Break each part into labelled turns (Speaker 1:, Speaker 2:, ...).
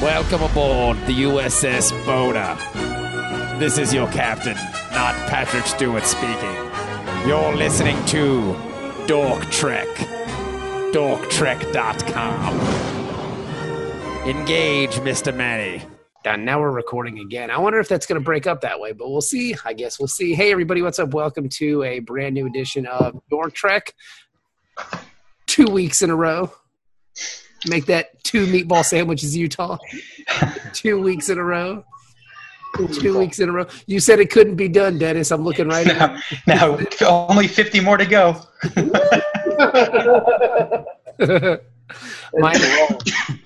Speaker 1: Welcome aboard the USS Boda. This is your captain, not Patrick Stewart speaking. You're listening to Dork Trek. DorkTrek.com. Engage, Mr. Manny.
Speaker 2: And Uh, now we're recording again. I wonder if that's going to break up that way, but we'll see. I guess we'll see. Hey, everybody, what's up? Welcome to a brand new edition of Dork Trek. Two weeks in a row. Make that two meatball sandwiches, Utah. two weeks in a row. Two weeks in a row. You said it couldn't be done, Dennis. I'm looking right at
Speaker 3: now, now only 50 more to go.
Speaker 2: my,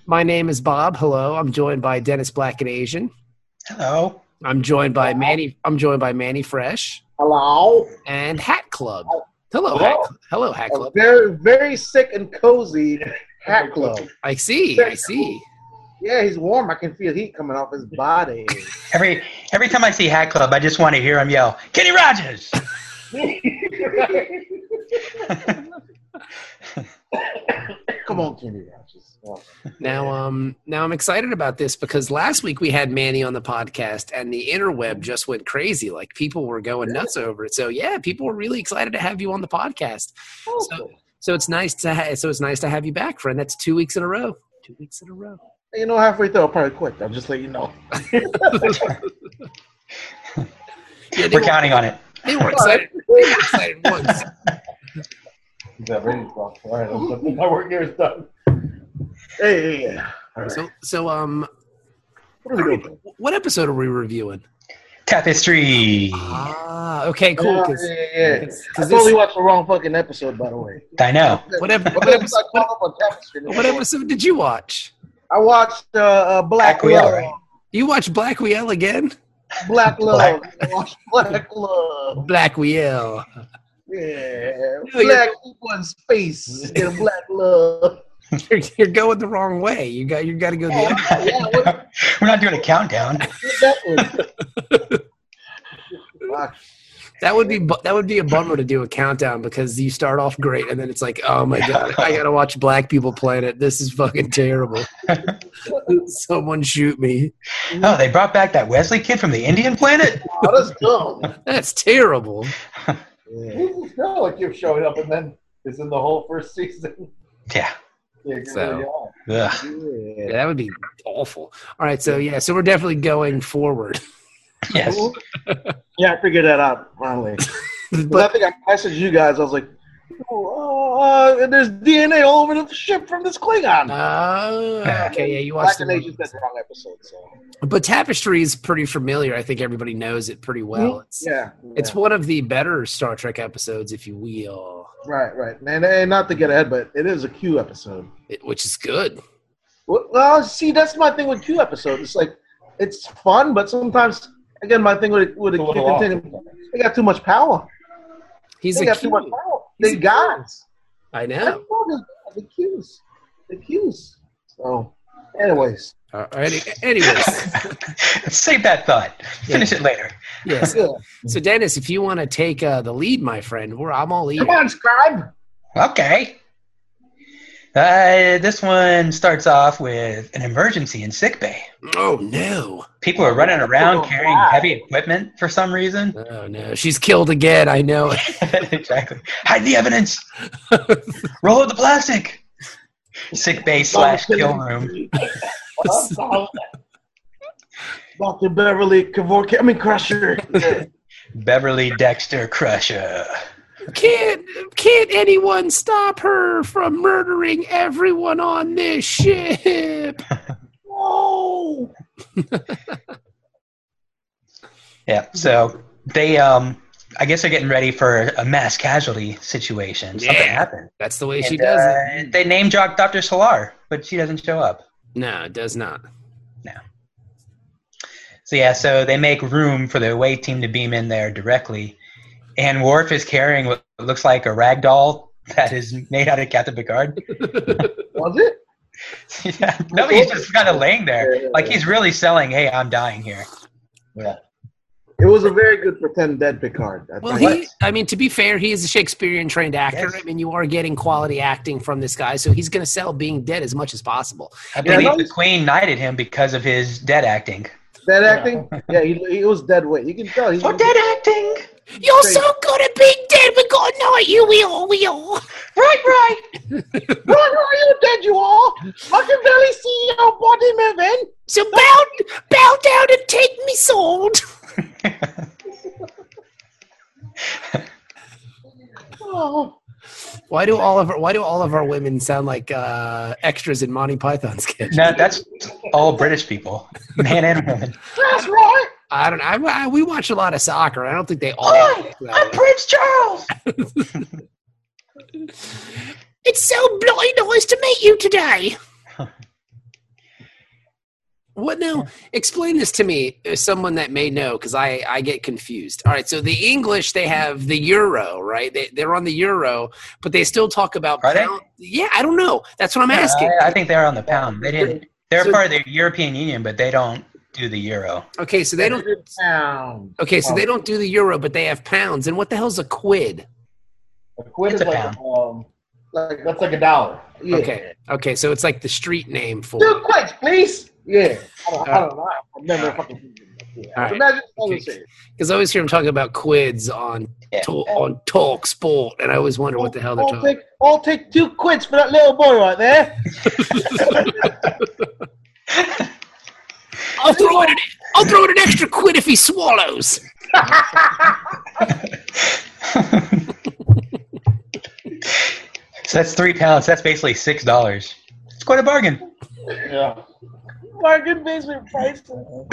Speaker 2: my name is Bob. Hello. I'm joined by Dennis Black and Asian.
Speaker 3: Hello.
Speaker 2: I'm joined by Manny. I'm joined by Manny Fresh
Speaker 4: Hello.
Speaker 2: and Hat Club.
Speaker 4: Oh.
Speaker 2: Hello, Hat, Cl- hello Hat
Speaker 4: A
Speaker 2: Club.
Speaker 4: very, very sick and cozy hat club.
Speaker 2: I see. I see.
Speaker 4: Yeah, he's warm. I can feel heat coming off his body.
Speaker 3: Every every time I see Hat Club, I just want to hear him yell, Kenny Rogers!
Speaker 4: Come on, Kenny Rogers.
Speaker 2: Now, um, now I'm excited about this because last week we had Manny on the podcast, and the interweb just went crazy. Like people were going nuts over it. So yeah, people were really excited to have you on the podcast.
Speaker 4: Oh,
Speaker 2: So, so it's nice to ha- so it's nice to have you back, friend. That's two weeks in a row. Two weeks in a row.
Speaker 4: You know, halfway through, I'll probably quit. I'm just letting you know.
Speaker 2: Yeah, they,
Speaker 3: We're
Speaker 2: were,
Speaker 3: counting on it.
Speaker 2: they were excited. They were excited once.
Speaker 4: All right, I'm done. my work here is done. Hey, hey, hey. All right.
Speaker 2: So, so um,
Speaker 4: What are we doing?
Speaker 2: what episode are we reviewing?
Speaker 3: Tapestry.
Speaker 2: Ah, okay, cool. 'cause-
Speaker 4: Uh, Yeah, yeah, yeah. I
Speaker 2: 'cause
Speaker 4: totally
Speaker 2: this-
Speaker 4: watched the wrong fucking episode, by the way.
Speaker 3: I know.
Speaker 2: What ep-
Speaker 4: What
Speaker 2: what ep-
Speaker 4: episode? I, caught up on tapestry.
Speaker 2: what episode did you watch?
Speaker 4: I watched uh, uh, Black
Speaker 3: Aquila,
Speaker 4: Love.
Speaker 3: right?
Speaker 2: You watched Black Wheel again?
Speaker 4: Black Love. I watched Black Love.
Speaker 2: Black Wheel.
Speaker 4: Yeah,
Speaker 2: No, you're-
Speaker 4: black people in space and black love.
Speaker 2: You're, you're going the wrong way. You got you got to go the other.
Speaker 4: Yeah, what
Speaker 3: We're not doing a countdown.
Speaker 4: is that one? Fuck.
Speaker 2: That would be bu- that would be a bummer to do a countdown because you start off great and then it's like, oh my god, I gotta watch Black People Planet. This is fucking terrible. Someone shoot me.
Speaker 3: Oh, they brought back that Wesley kid from the Indian planet?
Speaker 4: Wow, that's dumb.
Speaker 2: That's terrible.
Speaker 4: Who's this girl that keeps showing up and then is in the whole first season?
Speaker 3: Yeah.
Speaker 4: Yeah, you
Speaker 2: So.
Speaker 4: really are.
Speaker 3: Ugh.
Speaker 2: Yeah, that would be awful. All right, so yeah, so we're definitely going forward.
Speaker 3: Yes.
Speaker 4: Yeah, I figured that out finally.
Speaker 2: but
Speaker 4: But I think I messaged you guys. I was like, oh, uh, there's DNA all over the ship from this Klingon.
Speaker 2: oh, okay, yeah, you watched
Speaker 4: Black
Speaker 2: the
Speaker 4: and Asian said the wrong episode. So.
Speaker 2: But Tapestry is pretty familiar. I think everybody knows it pretty well. It's
Speaker 4: Yeah,
Speaker 2: it's
Speaker 4: yeah.
Speaker 2: one of the better Star Trek episodes, if you will,
Speaker 4: right, right. And, and not to get ahead, but it is a Q episode.
Speaker 2: it, which is good.
Speaker 4: Well, Well, see, that's my thing with Q episodes. It's like it's fun, but sometimes again, my thing with with a Q contingent, they got too much power.
Speaker 2: He's
Speaker 4: they
Speaker 2: a
Speaker 4: got too much
Speaker 2: Q.
Speaker 4: power.
Speaker 2: He's
Speaker 4: They
Speaker 2: a
Speaker 4: guys.
Speaker 2: I
Speaker 4: That's
Speaker 2: know.
Speaker 4: all The the Qs, the Qs. So, anyways,
Speaker 2: All right. Uh, Anyways,
Speaker 3: Save that thought. Finish it later.
Speaker 2: yes.
Speaker 4: yeah.
Speaker 2: So Dennis, if you want to take uh, the lead, my friend, we're I'm all ears.
Speaker 4: come on, scribe.
Speaker 3: Okay. Uh, this one starts off with an emergency in sick bay.
Speaker 2: Oh no!
Speaker 3: People are running around
Speaker 4: People
Speaker 3: carrying
Speaker 4: die.
Speaker 3: heavy equipment for some reason.
Speaker 2: Oh no! She's killed again. I know.
Speaker 3: exactly. Hide the evidence. Roll up the plastic. Sick bay slash kill room.
Speaker 4: Doctor Beverly Kevorkian. I mean Crusher. Yeah.
Speaker 3: Beverly Dexter Crusher.
Speaker 2: Can't can't anyone stop her from murdering everyone on this ship?
Speaker 4: Whoa.
Speaker 3: Yeah. So they um I guess they're getting ready for a mass casualty situation. Something
Speaker 2: Yeah.
Speaker 3: happened.
Speaker 2: That's the way she
Speaker 3: And,
Speaker 2: does it.
Speaker 3: uh, They name dropped Dr. Solar, but she doesn't show up.
Speaker 2: No, it does not.
Speaker 3: So yeah, so they make room for the away team to beam in there directly, and Worf is carrying what looks like a rag doll that is made out of Captain Picard.
Speaker 4: Was it?
Speaker 3: yeah, no, he's just kind of laying there, like he's really selling, "Hey, I'm dying here."
Speaker 4: Yeah. It was a very good pretend dead Picard. I
Speaker 2: Well,
Speaker 4: think.
Speaker 2: he, I mean, to be fair, he is a Shakespearean trained actor.
Speaker 3: Yes.
Speaker 2: I mean, you are getting quality acting from this guy, so he's going to sell being dead as much as possible.
Speaker 3: I
Speaker 4: Yeah,
Speaker 3: believe
Speaker 4: that
Speaker 3: the
Speaker 4: was-
Speaker 3: Queen knighted him because of his dead acting.
Speaker 4: dead acting. Yeah, he, he was dead weight. You can tell. He's
Speaker 3: For Oh, dead acting,
Speaker 2: You're
Speaker 4: so
Speaker 2: good at being dead, we got to know it. You will, we all.
Speaker 3: right, right.
Speaker 4: Why are you dead? You are. I can barely see your body moving.
Speaker 2: So bow, bow down and take me sword.
Speaker 4: Oh.
Speaker 2: Why do all of our, why do all of our women sound like uh, extras in Monty Python's sketch?
Speaker 3: No, that's all British people, man and woman.
Speaker 4: That's right.
Speaker 2: I don't know. I, I, we watch a lot of soccer. I don't think they all.
Speaker 3: Oi,
Speaker 2: that way.
Speaker 3: Prince Charles.
Speaker 2: It's so bloody nice to meet you today. what now? Explain this to me, as someone that may know, because I, I get confused. All right, so the English, they have the euro, right? They, they're on the euro, but they still talk about
Speaker 3: Are they?
Speaker 2: Yeah, I don't know. That's what I'm
Speaker 3: Yeah,
Speaker 2: asking.
Speaker 3: I, I think they're on the pound. They didn't. They're
Speaker 2: So-
Speaker 3: part of the European Union, but they don't do the euro.
Speaker 2: Okay, so they don't.
Speaker 4: Pound.
Speaker 2: Okay, so they don't do the euro, but they have pounds. And what the hell's a quid?
Speaker 5: A quid
Speaker 3: It's
Speaker 5: is
Speaker 3: a
Speaker 5: like um, like that's like a dollar.
Speaker 4: Yeah.
Speaker 2: Okay, okay, so it's like the street name for.
Speaker 4: Two quids, please. Yeah. I don't, I
Speaker 2: Uh,
Speaker 4: don't know. I've never fucking. Yeah.
Speaker 2: All right.
Speaker 4: Imagine someone
Speaker 2: Okay.
Speaker 4: saying,
Speaker 2: Because I always hear them talking about quids on
Speaker 3: Yeah.
Speaker 2: to- on Talk Sport, and I always wonder what the hell they're
Speaker 4: I'll
Speaker 2: talking.
Speaker 4: take, I'll take two quids for that little boy right there.
Speaker 2: I'll throw in an, I'll throw in an extra quid if he swallows.
Speaker 3: So that's three pounds. That's basically six dollars. It's quite a bargain.
Speaker 5: Yeah.
Speaker 4: Bargain basement price. oh,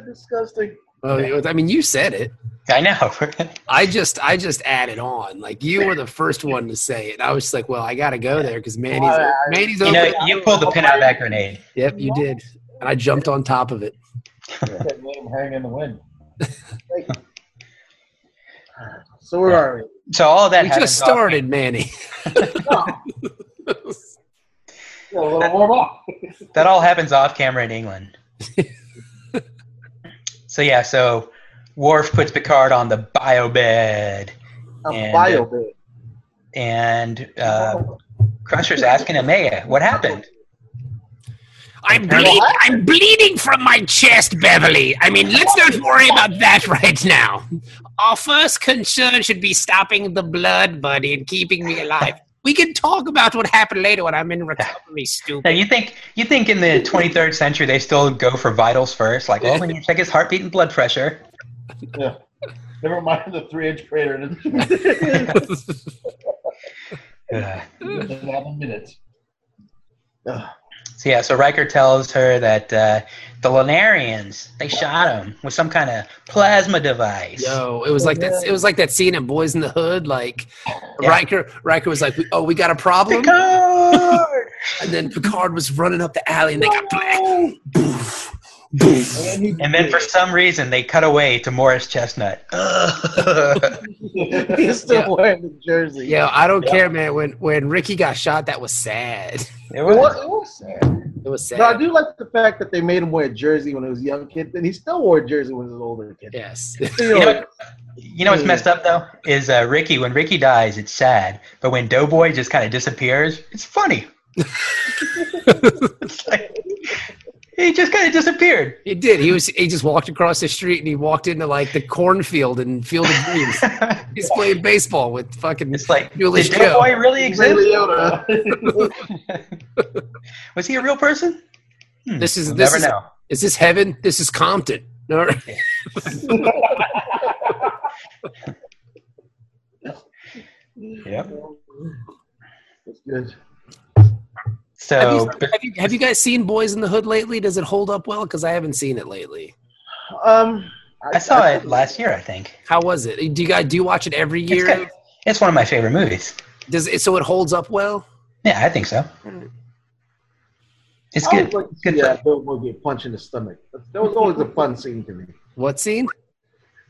Speaker 4: disgusting.
Speaker 2: Well, I mean, you said it.
Speaker 3: I know.
Speaker 2: I just I just added on. Like you were the first one to say it. I was just like, well, I got to go there because Manny's
Speaker 4: All right.
Speaker 2: Manny's over.
Speaker 3: uh, you know,
Speaker 2: it.
Speaker 3: you pulled the pin out of that grenade.
Speaker 2: Yep, you did, and I jumped on top of it.
Speaker 5: Let him hang in the wind.
Speaker 4: So where are we?
Speaker 3: So all that
Speaker 2: We
Speaker 3: happened
Speaker 2: just
Speaker 3: off-
Speaker 2: started, Manny.
Speaker 5: Yeah, a little warm up.
Speaker 3: that all happens off camera in England. so yeah, so Worf puts Picard on the bio bed,
Speaker 4: A
Speaker 3: And,
Speaker 4: bio
Speaker 3: uh,
Speaker 4: bed.
Speaker 3: and uh, Crusher's asking him, "Hey, what happened?"
Speaker 2: I'm bleeding. I'm bleeding from my chest, Beverly. I mean, let's not worry about that right now. Our first concern should be stopping the blood, buddy, and keeping me alive. We can talk about what happened later when I'm in recovery,
Speaker 3: Now
Speaker 2: stupid.
Speaker 3: you think you think in the 23rd century they still go for vitals first? Like, well, we need to check his heartbeat and blood pressure.
Speaker 5: Yeah. Never mind the three-inch crater in
Speaker 3: Ugh.
Speaker 5: eleven minutes.
Speaker 4: Ugh.
Speaker 3: So yeah, so Riker tells her that uh, the Lunarians they shot him with some kind of plasma device.
Speaker 2: Yo, it was like that. It was like that scene in Boys in the Hood. Like
Speaker 3: Yeah.
Speaker 2: Riker, Riker was like, "Oh, we got a problem,"
Speaker 3: Picard!
Speaker 2: and then Picard was running up the alley, and they got black.
Speaker 5: And he
Speaker 3: And then for some reason they cut away to Morris Chestnut.
Speaker 4: He's still
Speaker 2: Yeah.
Speaker 4: wearing the jersey.
Speaker 2: Yo, I don't
Speaker 5: Yeah.
Speaker 2: care, man. When when Ricky got shot, that was sad.
Speaker 3: It
Speaker 4: It
Speaker 3: was-
Speaker 4: was, it was sad.
Speaker 2: It was sad.
Speaker 4: No, I do like the fact that they made him wear a jersey when he was a young kid, and he still wore a jersey when he was an older kid.
Speaker 2: Yes.
Speaker 3: You know, what- you know what's messed up though is uh, Ricky. When Ricky dies, it's sad, but when Doughboy just kind of disappears, it's funny. it's like, he just kind of disappeared.
Speaker 2: He did. He was. He just walked across the street and he walked into like the cornfield and Field of Dreams. He's playing baseball with fucking.
Speaker 3: it's like
Speaker 2: Shoeless
Speaker 3: did Doughboy really
Speaker 4: Ray
Speaker 3: exist?
Speaker 4: Liotta.
Speaker 3: Was he a real person? Hmm,
Speaker 2: This is-
Speaker 3: we'll
Speaker 2: this
Speaker 3: never
Speaker 2: is-
Speaker 3: know.
Speaker 2: Is this heaven? This is Compton. No,
Speaker 3: Yep.
Speaker 4: That's good.
Speaker 2: have, you,
Speaker 3: So
Speaker 2: have, you, have you guys seen Boys in the Hood lately? Does it hold up well? Because I haven't seen it lately.
Speaker 4: Um,
Speaker 3: I saw it last year, I think.
Speaker 2: How was it? Do you guys do you watch it every
Speaker 3: It's,
Speaker 2: year?
Speaker 3: good. it's one of my favorite movies.
Speaker 2: Does it so it holds up well?
Speaker 3: Yeah, I think so. It's
Speaker 4: I
Speaker 3: good.
Speaker 2: Oh,
Speaker 4: always like to
Speaker 3: Good
Speaker 4: see
Speaker 3: fun.
Speaker 4: uh, Bill Moore get punched in the stomach. That was always a fun scene to me.
Speaker 2: What scene?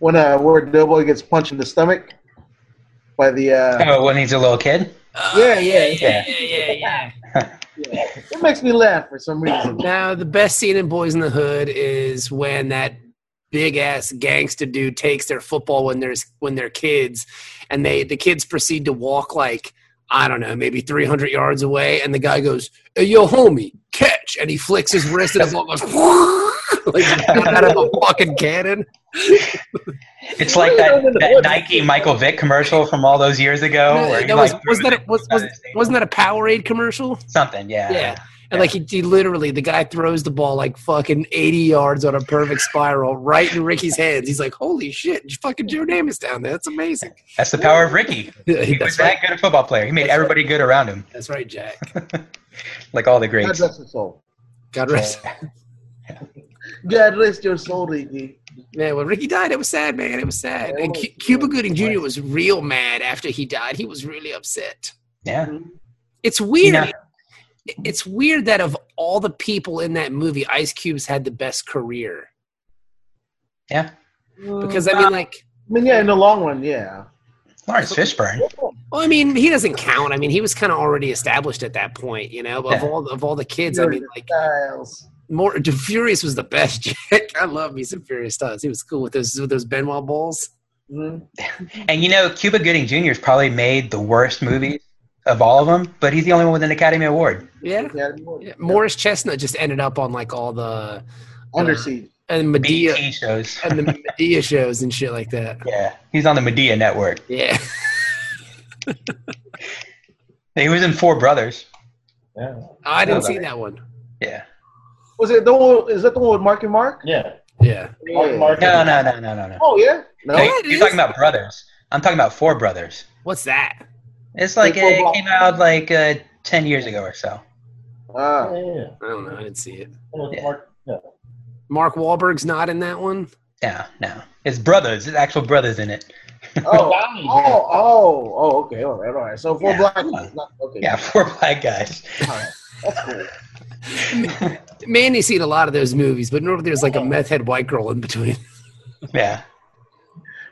Speaker 4: When uh, where Doughboy gets punched in the stomach by the uh,
Speaker 3: Oh, when he's a little kid.
Speaker 4: yeah, yeah,
Speaker 3: yeah,
Speaker 2: yeah, yeah.
Speaker 4: It makes me laugh for some reason.
Speaker 2: Now, the best scene in Boys in the Hood is when that big ass gangster dude takes their football when there's when they're kids, and they the kids proceed to walk like I don't know, maybe 300 yards away, and the guy goes, hey, "Yo, homie, catch!" and he flicks his wrist, and the ball goes like it's coming out of a fucking cannon.
Speaker 3: It's like that, that Nike Michael Vick commercial from all those years ago. where he,
Speaker 2: That was,
Speaker 3: like,
Speaker 2: was
Speaker 3: threw
Speaker 2: that a,
Speaker 3: the-
Speaker 2: was, was, wasn't that a Powerade commercial?
Speaker 3: something? Yeah.
Speaker 2: Yeah. And like he, he literally, the guy throws the ball like fucking 80 yards on a perfect spiral right in Ricky's hands. He's like, holy shit, fucking Joe Namath down there. That's amazing.
Speaker 3: That's the power of Ricky. He was
Speaker 2: that's, right.
Speaker 3: that good a football player. He made everybody good around him,
Speaker 2: that's right, Jack.
Speaker 3: like all the
Speaker 4: God
Speaker 3: greats.
Speaker 4: bless your soul.
Speaker 2: God rest.
Speaker 4: God rest your soul, Iggy.
Speaker 2: Man, when Ricky died, it was sad, man. It was sad. And Cu-
Speaker 4: Yeah.
Speaker 2: Cuba Gooding Jr. was real mad after he died. He was really upset.
Speaker 3: Yeah.
Speaker 2: It's weird.
Speaker 3: Yeah.
Speaker 2: It's weird that of all the people in that movie, Ice Cube's had the best career.
Speaker 3: Yeah.
Speaker 2: Because, I mean, like,
Speaker 4: I mean, yeah, in the long run, yeah.
Speaker 3: Lawrence Fishburne.
Speaker 2: Well, I mean, he doesn't count. I mean, he was kind of already established at that point, you know. But of
Speaker 3: Yeah.
Speaker 2: all of all the kids, I mean, like
Speaker 4: Styles.
Speaker 2: more Furious was the best. Jack. I love me some Furious Styles. He was cool with those with those Benoit balls.
Speaker 4: Mhm.
Speaker 3: And you know, Cuba Gooding Jr. has probably made the worst movie of all of them, but he's the only one with an Academy Award.
Speaker 2: Yeah.
Speaker 4: Yeah,
Speaker 2: yeah. Morris Chestnut just ended up on like all the
Speaker 4: Under siege.
Speaker 2: and Medea
Speaker 3: BT shows.
Speaker 2: and the Medea shows and shit like that.
Speaker 3: Yeah, he's on the Medea Network.
Speaker 2: Yeah.
Speaker 3: He was in Four Brothers.
Speaker 5: Yeah.
Speaker 2: I didn't
Speaker 3: No,
Speaker 2: see that one.
Speaker 3: Yeah.
Speaker 4: Was it the one? Is that the one with Mark and Mark?
Speaker 5: Yeah.
Speaker 2: Yeah.
Speaker 4: Yeah.
Speaker 5: Mark-
Speaker 3: No, no, no, no, no, no.
Speaker 4: Oh yeah. No.
Speaker 3: No,
Speaker 2: yeah, it
Speaker 3: you're
Speaker 2: is.
Speaker 3: talking about brothers. I'm talking about Four Brothers.
Speaker 2: What's that?
Speaker 3: It's like
Speaker 4: Like,
Speaker 3: it
Speaker 4: well,
Speaker 3: came out like uh, ten years ago or so.
Speaker 5: Yeah,
Speaker 4: Ah.
Speaker 5: yeah, yeah.
Speaker 2: I don't know. I didn't see it.
Speaker 5: Well, it's
Speaker 3: Yeah.
Speaker 5: Mark- yeah.
Speaker 2: Mark Wahlberg's not in that one.
Speaker 3: No, no, it's brothers. It's actual brothers in it.
Speaker 4: Oh.
Speaker 5: Donnie.
Speaker 4: Oh, oh, oh, okay, all right, all right. So four
Speaker 3: Yeah.
Speaker 4: black people, not, okay,
Speaker 3: Yeah, four black guys.
Speaker 4: all right. That's cool.
Speaker 2: Mandy's seen a lot of those movies, but normally there's
Speaker 3: Oh.
Speaker 2: like a meth head white girl in between.
Speaker 3: Yeah,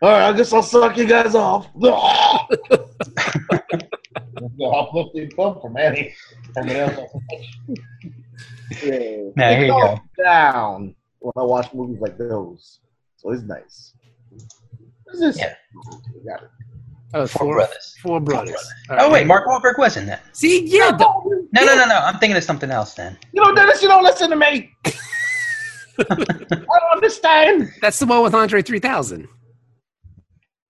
Speaker 4: All right, I guess I'll suck you guys off.
Speaker 5: The uplifting film for Manny. Somebody else.
Speaker 4: Yeah.
Speaker 3: no, here you go.
Speaker 4: down when I watch movies like those. So it's nice. This is
Speaker 3: Yeah.
Speaker 4: Got it.
Speaker 2: Oh,
Speaker 3: Four brothers.
Speaker 2: Four brothers. All
Speaker 3: Oh
Speaker 2: right.
Speaker 3: wait, Mark Wahlberg was in that.
Speaker 2: See, yeah, the-
Speaker 4: You
Speaker 3: No, no, no, no. I'm thinking of something else then.
Speaker 4: know, Dennis, you don't listen to me. I don't understand.
Speaker 2: that's the one with Andre 3000.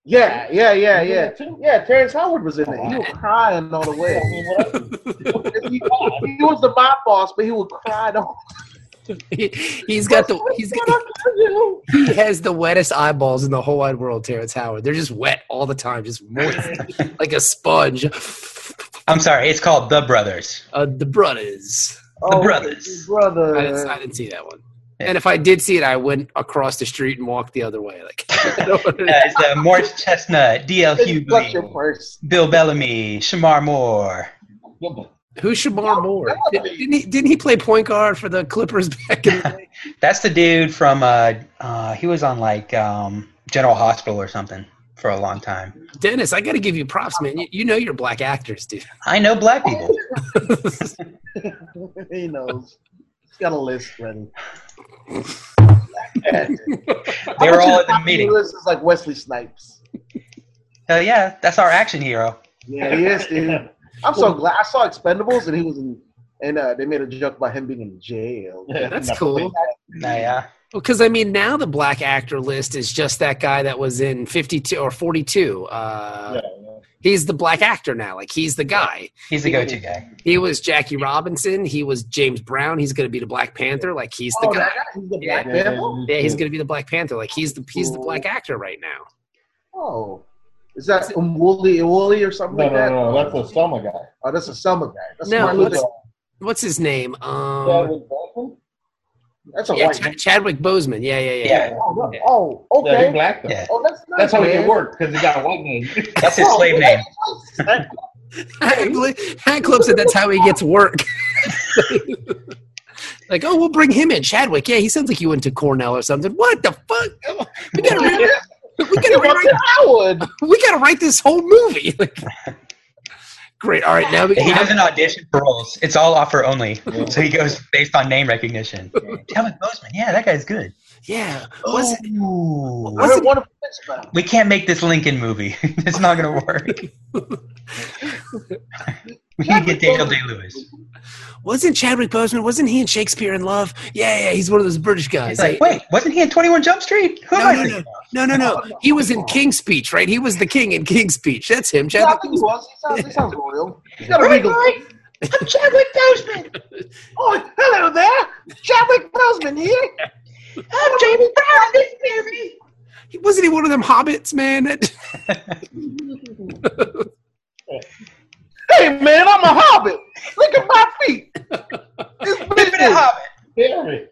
Speaker 4: Yeah, yeah, yeah, yeah.
Speaker 5: too.
Speaker 4: Yeah, Terrence Howard was in it. He was crying all the way.
Speaker 5: I mean, what else?
Speaker 4: He, he was the mob boss, but he would cry the whole
Speaker 2: He, he's got the he's got, he has the wettest eyeballs in the whole wide world, Terrence Howard. They're just wet all the time, just moist like a sponge.
Speaker 3: I'm sorry. It's called The Brothers.
Speaker 2: Uh, the brothers.
Speaker 4: Oh,
Speaker 3: brothers.
Speaker 4: Brother.
Speaker 2: I didn't, I didn't see that one. And if I did see it, I went across the street and walked the other way. Like, I don't
Speaker 3: Uh,
Speaker 2: wanna-
Speaker 3: it's uh, Morris Chestnut, D.L.
Speaker 4: It's Clutch your
Speaker 3: Hughley,
Speaker 4: purse.
Speaker 3: Bill Bellamy, Shamar Moore.
Speaker 2: who's Shamar Moore? Did, didn't, he, didn't he play point guard for the Clippers back in the day?
Speaker 3: That's the dude from uh, uh he was on like um General Hospital or something for a long time.
Speaker 2: Dennis, I got to give you props, man. You, you know you're black actors, dude.
Speaker 3: I know black people.
Speaker 4: he knows. He's got a list ready.
Speaker 3: They were all at the meeting.
Speaker 4: This is like Wesley Snipes.
Speaker 3: Uh, yeah, that's our action hero.
Speaker 4: Yeah, he is, dude. I'm so glad. I saw Expendables, and he was in, and uh, they made a joke about him being in jail.
Speaker 2: That's cool.
Speaker 3: Nah, Uh, yeah.
Speaker 2: Because I mean, now the black actor list is just that guy that was in fifty-two or forty-two. Uh,
Speaker 5: Yeah,
Speaker 2: He's the black actor now. Like he's the guy.
Speaker 3: He's the go-to guy.
Speaker 2: He was Jackie Robinson. He was James Brown. He's going to be the Black Panther. Like he's the
Speaker 4: Oh,
Speaker 2: guy.
Speaker 4: that guy? He's the
Speaker 2: Yeah.
Speaker 4: Black Panther?
Speaker 2: Yeah, he's going to be the Black Panther. Like he's the he's the black actor right now.
Speaker 4: Oh. Is that Umwoli Iwoli or something
Speaker 5: No,
Speaker 4: like
Speaker 5: no,
Speaker 4: that?
Speaker 5: no, no. That's a Selma guy.
Speaker 4: Oh, that's a Selma guy. That's,
Speaker 2: No,
Speaker 4: Martin Luther-
Speaker 2: what's- What's his name?
Speaker 5: Yeah,
Speaker 2: Um,
Speaker 5: with Dalton?
Speaker 4: that's a
Speaker 2: yeah,
Speaker 4: white
Speaker 2: Ch- Chadwick Boseman. Yeah, yeah, yeah.
Speaker 3: Yeah.
Speaker 4: Oh, no. oh,
Speaker 5: Yeah,
Speaker 4: okay.
Speaker 5: he's black though.
Speaker 3: Yeah.
Speaker 4: Oh, that's nice,
Speaker 5: That's how he
Speaker 4: man.
Speaker 5: did work because he got a white name.
Speaker 3: That's
Speaker 2: Oh,
Speaker 3: his slave name.
Speaker 2: Hat Club said that's how he gets work. like, oh, we'll bring him in, Chadwick. Yeah, he sounds like he went to Cornell or something. What the fuck? Come on. We gotta, re- we gotta rewrite.
Speaker 4: Howard.
Speaker 2: We gotta write this whole movie. Like, Great. All right, now we can
Speaker 3: He
Speaker 2: have
Speaker 3: doesn't audition for roles. It's all offer only. So he goes based on name recognition. Talbot Bozeman, yeah, that guy's good.
Speaker 2: Yeah. Was it,
Speaker 3: Ooh.
Speaker 4: I
Speaker 2: Was it-
Speaker 4: heard wonderful things about him.
Speaker 3: We can't make this Lincoln movie. it's not gonna work. we need to get Daniel Day Lewis.
Speaker 2: wasn't Chadwick Boseman? Wasn't he in Shakespeare in Love? Yeah, yeah. He's one of those British guys.
Speaker 3: It's like, wait, wasn't he in Twenty One Jump Street? Who am
Speaker 2: no,
Speaker 3: I
Speaker 2: no,
Speaker 3: thinking
Speaker 2: no,
Speaker 3: of?
Speaker 2: no, no, no. He was in King's Speech, right? He was the king in King's Speech. That's him.
Speaker 4: Yeah, I
Speaker 2: Chadwick.
Speaker 4: think he was. He sounds, he sounds royal. He's got a
Speaker 3: Right,
Speaker 4: regal.
Speaker 3: right. I'm Chadwick Boseman.
Speaker 4: Oh, hello there. Chadwick Boseman here.
Speaker 3: I'm Jamie Brown. This movie.
Speaker 2: He- Wasn't he one of them hobbits, man? That-
Speaker 4: Hey, man, I'm a hobbit. Look at my feet. It's
Speaker 3: Pippin and
Speaker 4: business.
Speaker 3: Hobbit.
Speaker 5: Harry.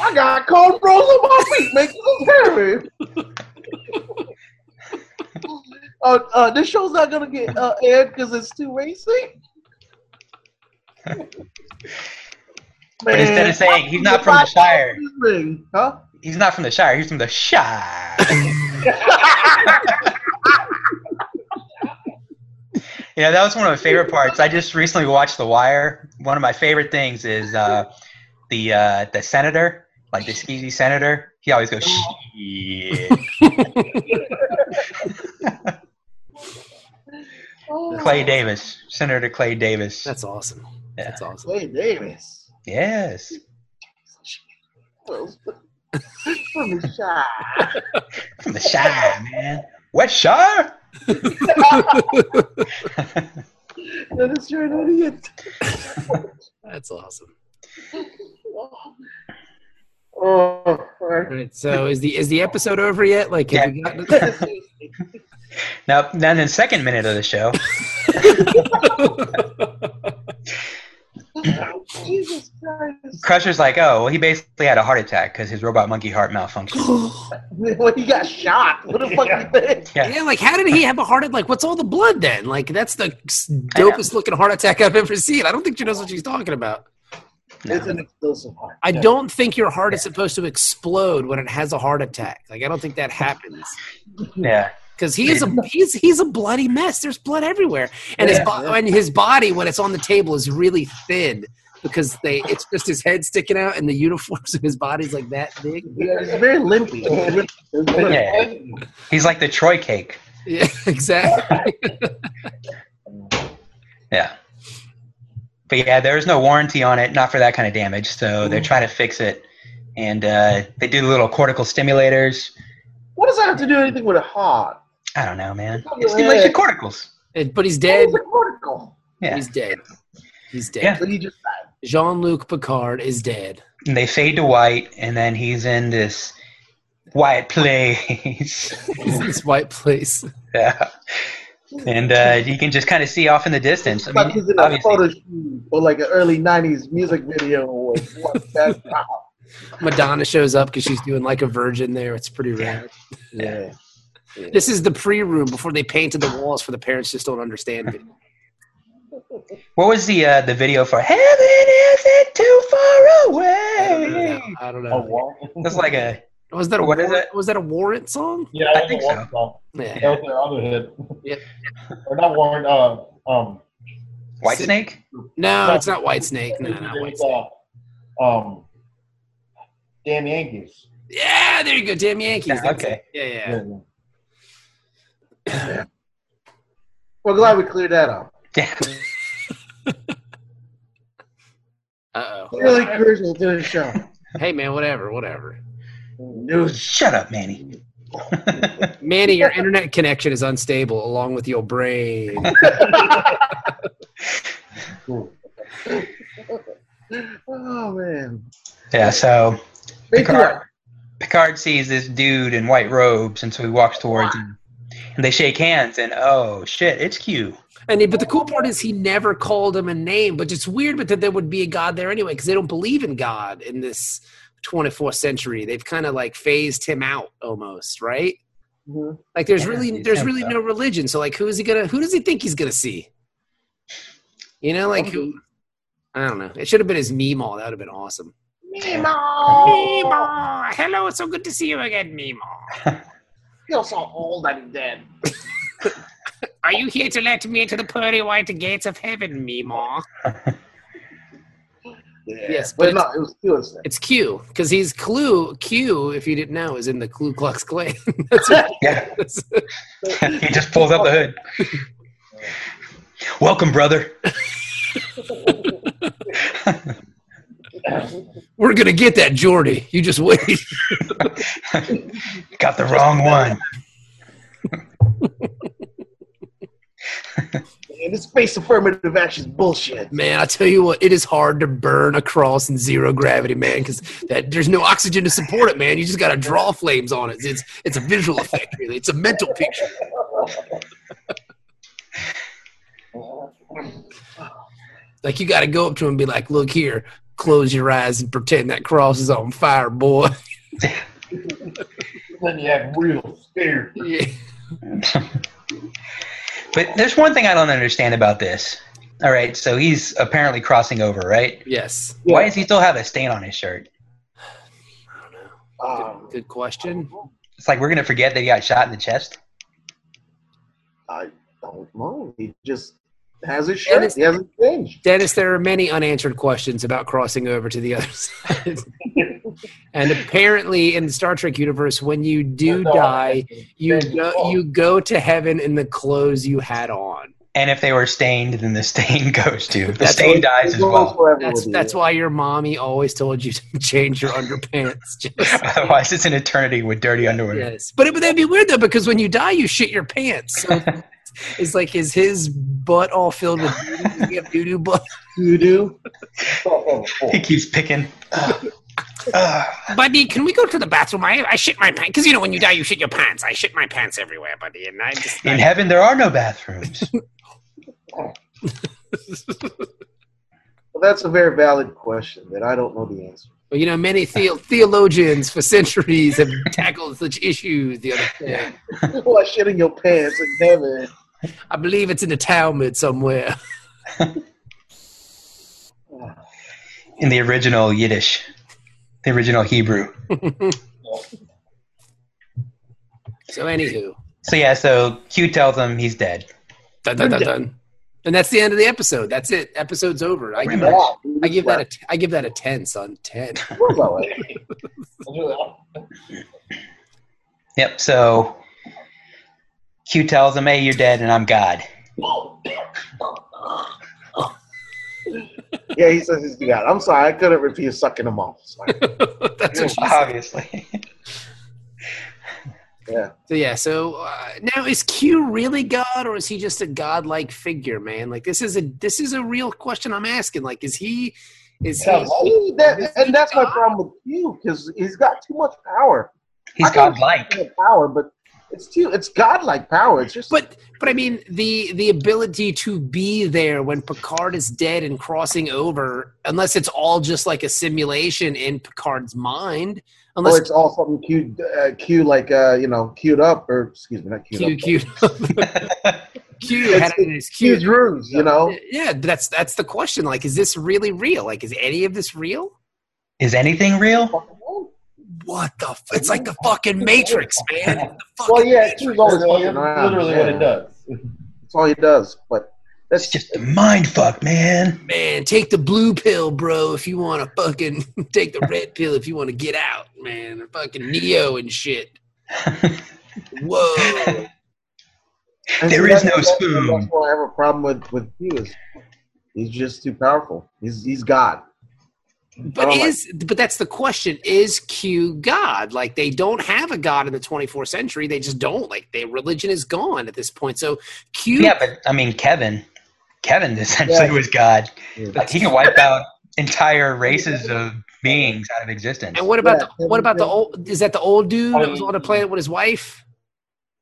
Speaker 4: I got cornrows on my feet, man. This is hairy. Uh, uh, this show's not gonna get uh, aired because it's too racy.
Speaker 3: But instead of saying he's not from the Shire,
Speaker 4: huh?
Speaker 3: he's not from the Shire. He's from the Shire. you know, that was one of my favorite parts. I just recently watched The Wire. One of my favorite things is uh, the uh, the senator, like the skeezy senator. He always goes shit. Clay Davis, Senator Clay Davis.
Speaker 2: That's awesome. That's awesome.
Speaker 4: Clay Davis.
Speaker 3: yes.
Speaker 4: From the Shire.
Speaker 3: From the Shire, man. What Shire?
Speaker 4: That is your idiot.
Speaker 2: That's awesome.
Speaker 4: Oh,
Speaker 2: All right. So is the is the episode over yet? Like, have we gotten to-
Speaker 3: Now, now the second minute of the show.
Speaker 4: Jesus Christ.
Speaker 3: Crusher's like, oh, well, he basically had a heart attack because his robot monkey heart malfunctioned.
Speaker 4: Well, he got shot. What the fuck is that?
Speaker 3: Yeah.
Speaker 2: yeah, like how did he have a heart attack? Like, what's all the blood then? Like, that's the s- dopest looking heart attack I've ever seen. I don't think she knows what she's talking about.
Speaker 4: It's an explosive heart.
Speaker 2: I don't think your heart is supposed to explode when it has a heart attack. Like, I don't think that happens.
Speaker 3: Yeah.
Speaker 2: because he is a he's he's a bloody mess. There's blood everywhere, and his bo- and his body when it's on the table is really thin because they it's just his head sticking out and the uniforms of his body's like that big.
Speaker 4: Yeah, it's very limpy.
Speaker 3: Yeah. He's like the Troy cake.
Speaker 2: Yeah, exactly.
Speaker 3: Yeah. But yeah, there is no warranty on it, not for that kind of damage. So they're trying to fix it. And uh, they do little cortical stimulators.
Speaker 4: What does that have to do anything with a heart?
Speaker 3: I don't know, man. It stimulates your corticals.
Speaker 2: And- but he's
Speaker 4: It's
Speaker 2: dead.
Speaker 4: a cortical.
Speaker 3: Yeah.
Speaker 2: He's dead. He's dead.
Speaker 3: Yeah.
Speaker 4: So he just died.
Speaker 2: Jean Luc Picard is dead.
Speaker 3: And they fade to white, and then he's in this white place.
Speaker 2: He's in this white place.
Speaker 3: yeah. And uh, you can just kind of see off in the distance. I
Speaker 4: like
Speaker 3: mean,
Speaker 4: he's in a
Speaker 3: obviously-
Speaker 4: photo shoot or like an early 90s music video or what that
Speaker 2: Madonna shows up because she's doing like a virgin there. It's pretty rad.
Speaker 4: Yeah.
Speaker 2: This is the pre-room before they painted the walls for the parents just don't understand it.
Speaker 3: What was the uh, the video for Heaven Isn't Too Far
Speaker 2: I don't know.
Speaker 3: Away?
Speaker 2: I don't
Speaker 5: A
Speaker 2: know.
Speaker 5: walk.
Speaker 3: That's like a
Speaker 2: Was that a
Speaker 3: What is
Speaker 2: warrant,
Speaker 3: it?
Speaker 2: was that a warrant song?
Speaker 5: Yeah,
Speaker 3: I think
Speaker 5: I think
Speaker 3: so.
Speaker 5: Warren song.
Speaker 2: Yeah.
Speaker 5: That was their other hit.
Speaker 2: Yep.
Speaker 5: or not Warren. Uh, um,
Speaker 3: white snake.
Speaker 2: No, it's not White Snake. No,
Speaker 5: it
Speaker 2: not White
Speaker 5: was,
Speaker 2: Snake.
Speaker 5: uh, um, Damn Yankees.
Speaker 2: Yeah, there you go. Damn Yankees.
Speaker 3: Yeah,
Speaker 2: That's
Speaker 3: okay.
Speaker 2: it. Yeah, yeah.
Speaker 4: We're glad we cleared that up.
Speaker 3: Yeah.
Speaker 2: Uh oh.
Speaker 4: Really crucial to the show.
Speaker 2: Hey man, whatever, whatever.
Speaker 3: Shut up, Manny.
Speaker 2: Manny, your internet connection is unstable along with your brain.
Speaker 4: Oh man.
Speaker 3: yeah. So
Speaker 4: They do
Speaker 3: Picard,
Speaker 4: it.
Speaker 3: Picard sees this dude in white robes, and so he walks towards him, and they shake hands, and oh shit, it's Q.
Speaker 2: And he- but the cool part is he never called him a name, but it's weird, but that there would be a God there anyway because they don't believe in God in this 24th century. They've kind of like phased him out almost, right?
Speaker 4: Mhm.
Speaker 2: Like there's
Speaker 3: Yeah,
Speaker 2: really
Speaker 3: you'd
Speaker 2: there's
Speaker 3: think
Speaker 2: really
Speaker 3: so.
Speaker 2: no religion, so like who is he gonna who does he think he's gonna see? You know, like who? I don't know. It should have been his Nemo. That would have been awesome.
Speaker 4: Nemo.
Speaker 2: Nemo, hello, it's so good to see you again, Nemo.
Speaker 4: Feels so old and dead.
Speaker 2: Are you here to let me into the pearly white gates of heaven, Mima? Yes, but
Speaker 4: Wait, no,
Speaker 2: it's,
Speaker 4: it was Q instead.
Speaker 2: it's Q because he's Clue. Q, if you didn't know, is in the Ku Klux Klan. That's what
Speaker 3: Yeah,
Speaker 2: it is.
Speaker 3: he just pulls up the hood. Welcome, brother.
Speaker 2: We're gonna get that, Jordy. You just wait.
Speaker 3: Got the wrong one.
Speaker 4: Man, this space affirmative action is bullshit.
Speaker 2: Man, I tell you what, it is hard to burn a cross in zero gravity, man, because that there's no oxygen to support it, man. You just gotta draw flames on it. It's it's a visual effect, really. It's a mental picture. Like you gotta go up to him and be like, look here, close your eyes and pretend that cross is on fire, boy.
Speaker 5: Then you have real fear.
Speaker 2: Yeah.
Speaker 3: But there's one thing I don't understand about this. All right, so he's apparently crossing over, right?
Speaker 2: Yes.
Speaker 3: Why does he still have a stain on his shirt?
Speaker 4: Um,
Speaker 2: Good question.
Speaker 3: It's like we're gonna forget that he got shot in the chest.
Speaker 4: I don't know. He just has
Speaker 2: And
Speaker 4: his shirt.
Speaker 2: it's-
Speaker 4: He hasn't changed.
Speaker 2: Dennis, there are many unanswered questions about crossing over to the other side. and apparently, in the Star Trek universe, when you do die, you go, you go to heaven in the clothes you had on.
Speaker 3: And if they were stained, then the stain goes too. The
Speaker 2: That's
Speaker 3: stain
Speaker 4: It
Speaker 3: dies as
Speaker 4: goes
Speaker 3: well.
Speaker 4: forever
Speaker 2: That's
Speaker 4: with you.
Speaker 2: that's why your mommy always told you to change your underpants. Jess.
Speaker 3: Otherwise, it's an eternity with dirty underwear.
Speaker 2: yes, but it would that'd be weird though because when you die, you shit your pants. So it's like is his butt all filled with doo-doo? Does he have doo-doo butt?
Speaker 4: You do.
Speaker 3: He keeps picking. Ah.
Speaker 2: buddy, can we go to the bathroom? I, I shit my pants. Because, you know, when you die, you shit your pants. I shit my pants everywhere, buddy. And I just.
Speaker 3: in heaven, there are no bathrooms.
Speaker 4: Well, that's a very valid question that I don't know the answer.
Speaker 2: Well, you know, many theo- theologians for centuries have tackled such issues. The other day.
Speaker 4: Why shit in your pants in heaven?
Speaker 2: I believe it's in the Talmud somewhere.
Speaker 3: in the original Yiddish, the original Hebrew.
Speaker 2: So, anywho,
Speaker 3: So yeah, so Q tells him he's dead.
Speaker 2: dun, dun, dun, dun. and that's the end of the episode. That's it. Episode's over. I give
Speaker 3: Pretty
Speaker 2: that.
Speaker 3: much.
Speaker 2: I give that a. t- I give that a ten, son. Ten.
Speaker 4: It was all right.
Speaker 3: Yep. So Q tells him, "Hey, you're dead, and I'm God."
Speaker 4: Yeah, he says he's got. I'm sorry, I couldn't repeat sucking him off. Sorry.
Speaker 2: that's what she said.
Speaker 3: Obviously.
Speaker 4: Yeah.
Speaker 2: So yeah, so uh, now is Q really God or is he just a godlike figure, man? Like this is a this is a real question I'm asking. Like is he is he
Speaker 5: Yeah.
Speaker 4: See, that, and that's my problem with you because he's got too much power.
Speaker 3: He's
Speaker 4: I can understand
Speaker 3: godlike.
Speaker 4: the Power, but it's too. It's godlike power. It's just.
Speaker 2: but but I mean the the ability to be there when Picard is dead and crossing over, unless it's all just like a simulation in Picard's mind,
Speaker 4: Oh,
Speaker 2: unless
Speaker 4: it's all something queued, uh, queued like uh, you know, queued up or excuse me, not queued
Speaker 2: Q
Speaker 4: up.
Speaker 2: Q Q had it in his
Speaker 4: Queued
Speaker 2: Q.
Speaker 4: rooms, you know.
Speaker 2: Yeah, that's that's the question. Like, is this really real? Like, is any of this real?
Speaker 3: Is anything real?
Speaker 2: What the? F- it's like the fucking Matrix, man. It's The fucking
Speaker 4: Well, yeah,
Speaker 2: Matrix.
Speaker 4: Q's always
Speaker 5: Literally,
Speaker 4: fucking around.
Speaker 5: literally
Speaker 4: yeah.
Speaker 5: what it does.
Speaker 4: That's all he does. But
Speaker 3: It's
Speaker 4: that's
Speaker 3: just a mind fuck, man.
Speaker 2: man. Take the blue pill, bro, if you want to fucking take the red pill if you want to get out, man. They're fucking Neo and shit. Whoa.
Speaker 4: and
Speaker 3: There
Speaker 4: see,
Speaker 3: is
Speaker 4: that's-
Speaker 3: no
Speaker 4: that's-
Speaker 3: spoon.
Speaker 4: That's why I have a problem with with Q is he's just too powerful. He's he's God. Oh
Speaker 2: But
Speaker 4: don't like-
Speaker 2: is but that's the question. Is Q God? Like they don't have a God in the 24th century. They just don't. Like their religion is gone at this point. So Q
Speaker 3: Yeah, but I mean, Kevin. Kevin essentially
Speaker 4: Yeah.
Speaker 3: was God.
Speaker 4: Yeah.
Speaker 3: Like he could wipe out entire races of beings out of existence.
Speaker 2: and what about
Speaker 4: Yeah, Um,
Speaker 2: the what about the old is that the old dude that was on the planet with his wife?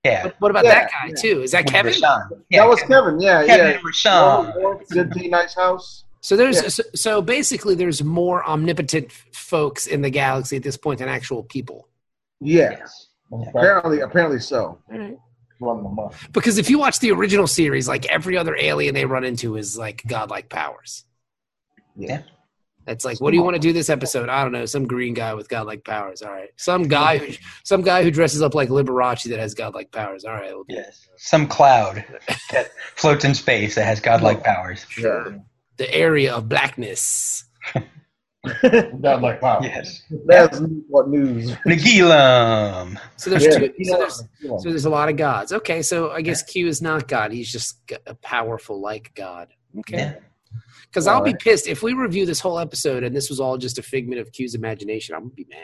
Speaker 3: Yeah.
Speaker 2: What, what about
Speaker 4: Yeah,
Speaker 2: that guy
Speaker 4: yeah.
Speaker 2: too? Is that
Speaker 3: With
Speaker 2: Kevin?
Speaker 3: Rashawn. Yeah,
Speaker 4: that was Kevin. Yeah,
Speaker 3: Kevin
Speaker 4: yeah.
Speaker 3: and Rashawn.
Speaker 4: War, war, good D, nice house.
Speaker 2: So there's
Speaker 4: Yeah.
Speaker 2: so, so basically there's more omnipotent f- folks in the galaxy at this point than actual people.
Speaker 4: Yes.
Speaker 5: Run
Speaker 4: Apparently, apparently so.
Speaker 5: the money.
Speaker 2: Because if you watch the original series, like every other alien they run into is like godlike powers.
Speaker 4: Yeah.
Speaker 2: It's like, what do you want to do this episode? I don't know. Some green guy with godlike powers. All right. Some guy, who, some guy who dresses up like Liberace that has godlike powers. All right. We'll do
Speaker 3: Yes. Some cloud that floats in space that has godlike powers.
Speaker 2: Sure. The area of blackness.
Speaker 5: Not like wow.
Speaker 3: Yes.
Speaker 4: That's what news.
Speaker 3: Nagilum.
Speaker 2: So there's
Speaker 4: Yeah.
Speaker 2: two. So there's, so there's a lot of gods. Okay. So I guess Q is not God. He's just g- a powerful like God. Okay.
Speaker 3: Yeah.
Speaker 2: Because I'll be pissed if we review this whole episode and this was all just a figment of Q's imagination. I'm gonna be mad.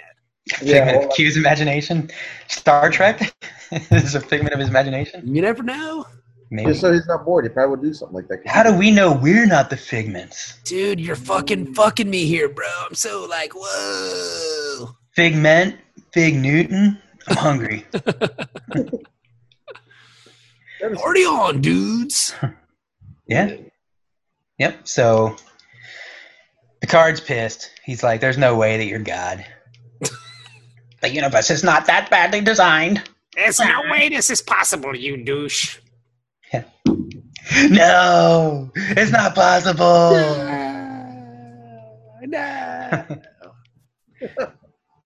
Speaker 4: Yeah,
Speaker 3: Figment
Speaker 4: well,
Speaker 3: of Q's imagination. Star Trek This is a figment of his imagination.
Speaker 2: You never know,
Speaker 3: Maybe.
Speaker 4: Just so he's not bored, he probably would do something like that.
Speaker 3: How do we know we're not the figments?
Speaker 2: dude. You're fucking fucking me here, bro. I'm so like, whoa.
Speaker 3: Figment, Fig Newton. I'm hungry.
Speaker 2: Party on, dudes.
Speaker 3: Yeah. Yep. So Picard's pissed. He's like, "There's no way that you're God. the universe is not that badly designed."
Speaker 2: There's no way this is possible, you douche.
Speaker 3: No, it's not possible. yeah.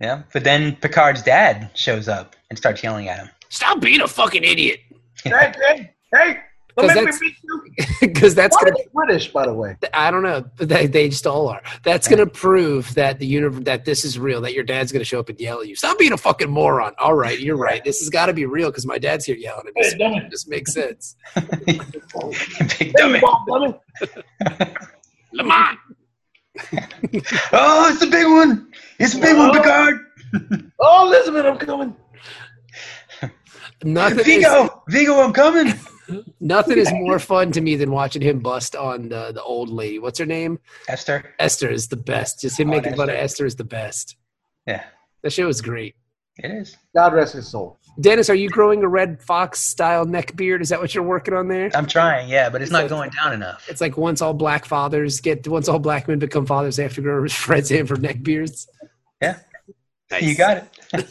Speaker 3: But then Picard's dad shows up and starts yelling at him.
Speaker 2: Stop being a fucking idiot.
Speaker 4: Hey, hey, hey! Don't
Speaker 2: 'Cause
Speaker 4: make me
Speaker 2: that's-
Speaker 4: beat you.
Speaker 2: Because that's
Speaker 4: Why are
Speaker 2: gonna,
Speaker 4: they British, by the way?
Speaker 2: I don't know. but They, they just all are. That's gonna prove that the universe that this is real. That your dad's gonna show up and yell at you. Stop being a fucking moron. All right, you're right. This has got to be real because my dad's here yelling at me.
Speaker 5: Hey,
Speaker 2: So
Speaker 5: dummy.
Speaker 2: it just makes sense.
Speaker 3: Big
Speaker 4: Hey,
Speaker 3: dummy.
Speaker 4: Bob Lemon.
Speaker 2: Lamont,
Speaker 3: Oh, it's the big one. It's the big one, Picard.
Speaker 4: Oh, Elizabeth, I'm coming.
Speaker 2: nothing is,
Speaker 3: Vigo, Vigo, I'm coming.
Speaker 2: nothing is more fun to me than watching him bust on the the old lady. What's her name?
Speaker 3: Esther.
Speaker 2: Esther is the best. Just him
Speaker 3: Oh,
Speaker 2: making fun of
Speaker 3: Esther.
Speaker 2: Esther is the best.
Speaker 3: Yeah,
Speaker 2: That show was great.
Speaker 3: it is.
Speaker 4: God rest his soul.
Speaker 2: Dennis, are you growing a red fox style neck beard? Is that what you're working on there?
Speaker 3: I'm trying. Yeah, but it's not
Speaker 2: It's
Speaker 3: going down enough.
Speaker 2: It's like once all black fathers get, once all black men become fathers, they have to grow Fred Sanford neck beards.
Speaker 3: You got it.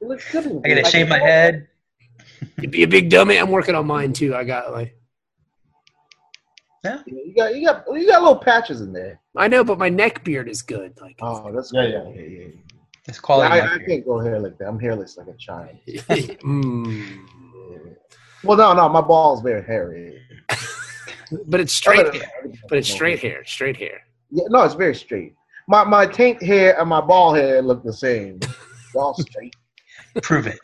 Speaker 4: It looks good.
Speaker 3: I gotta shave my head.
Speaker 2: You'd be a big dummy. I'm working on mine too. I got like,
Speaker 4: You got, you got, you got little patches in there.
Speaker 2: I know, but my neck beard is good. Like,
Speaker 4: Oh, that's
Speaker 5: Yeah,
Speaker 4: good.
Speaker 5: yeah,
Speaker 3: It's
Speaker 4: Yeah,
Speaker 3: quality.
Speaker 4: I, I
Speaker 3: of beard.
Speaker 4: can't go hair like that. I'm hairless like a child.
Speaker 2: mm.
Speaker 4: Well, no, no, my ball's very hairy. Oh,
Speaker 2: but it's straight hair. But it's straight hair. Straight hair.
Speaker 4: Yeah, no, it's very straight. My my taint hair and my ball hair look the same. They're all straight.
Speaker 3: Prove it.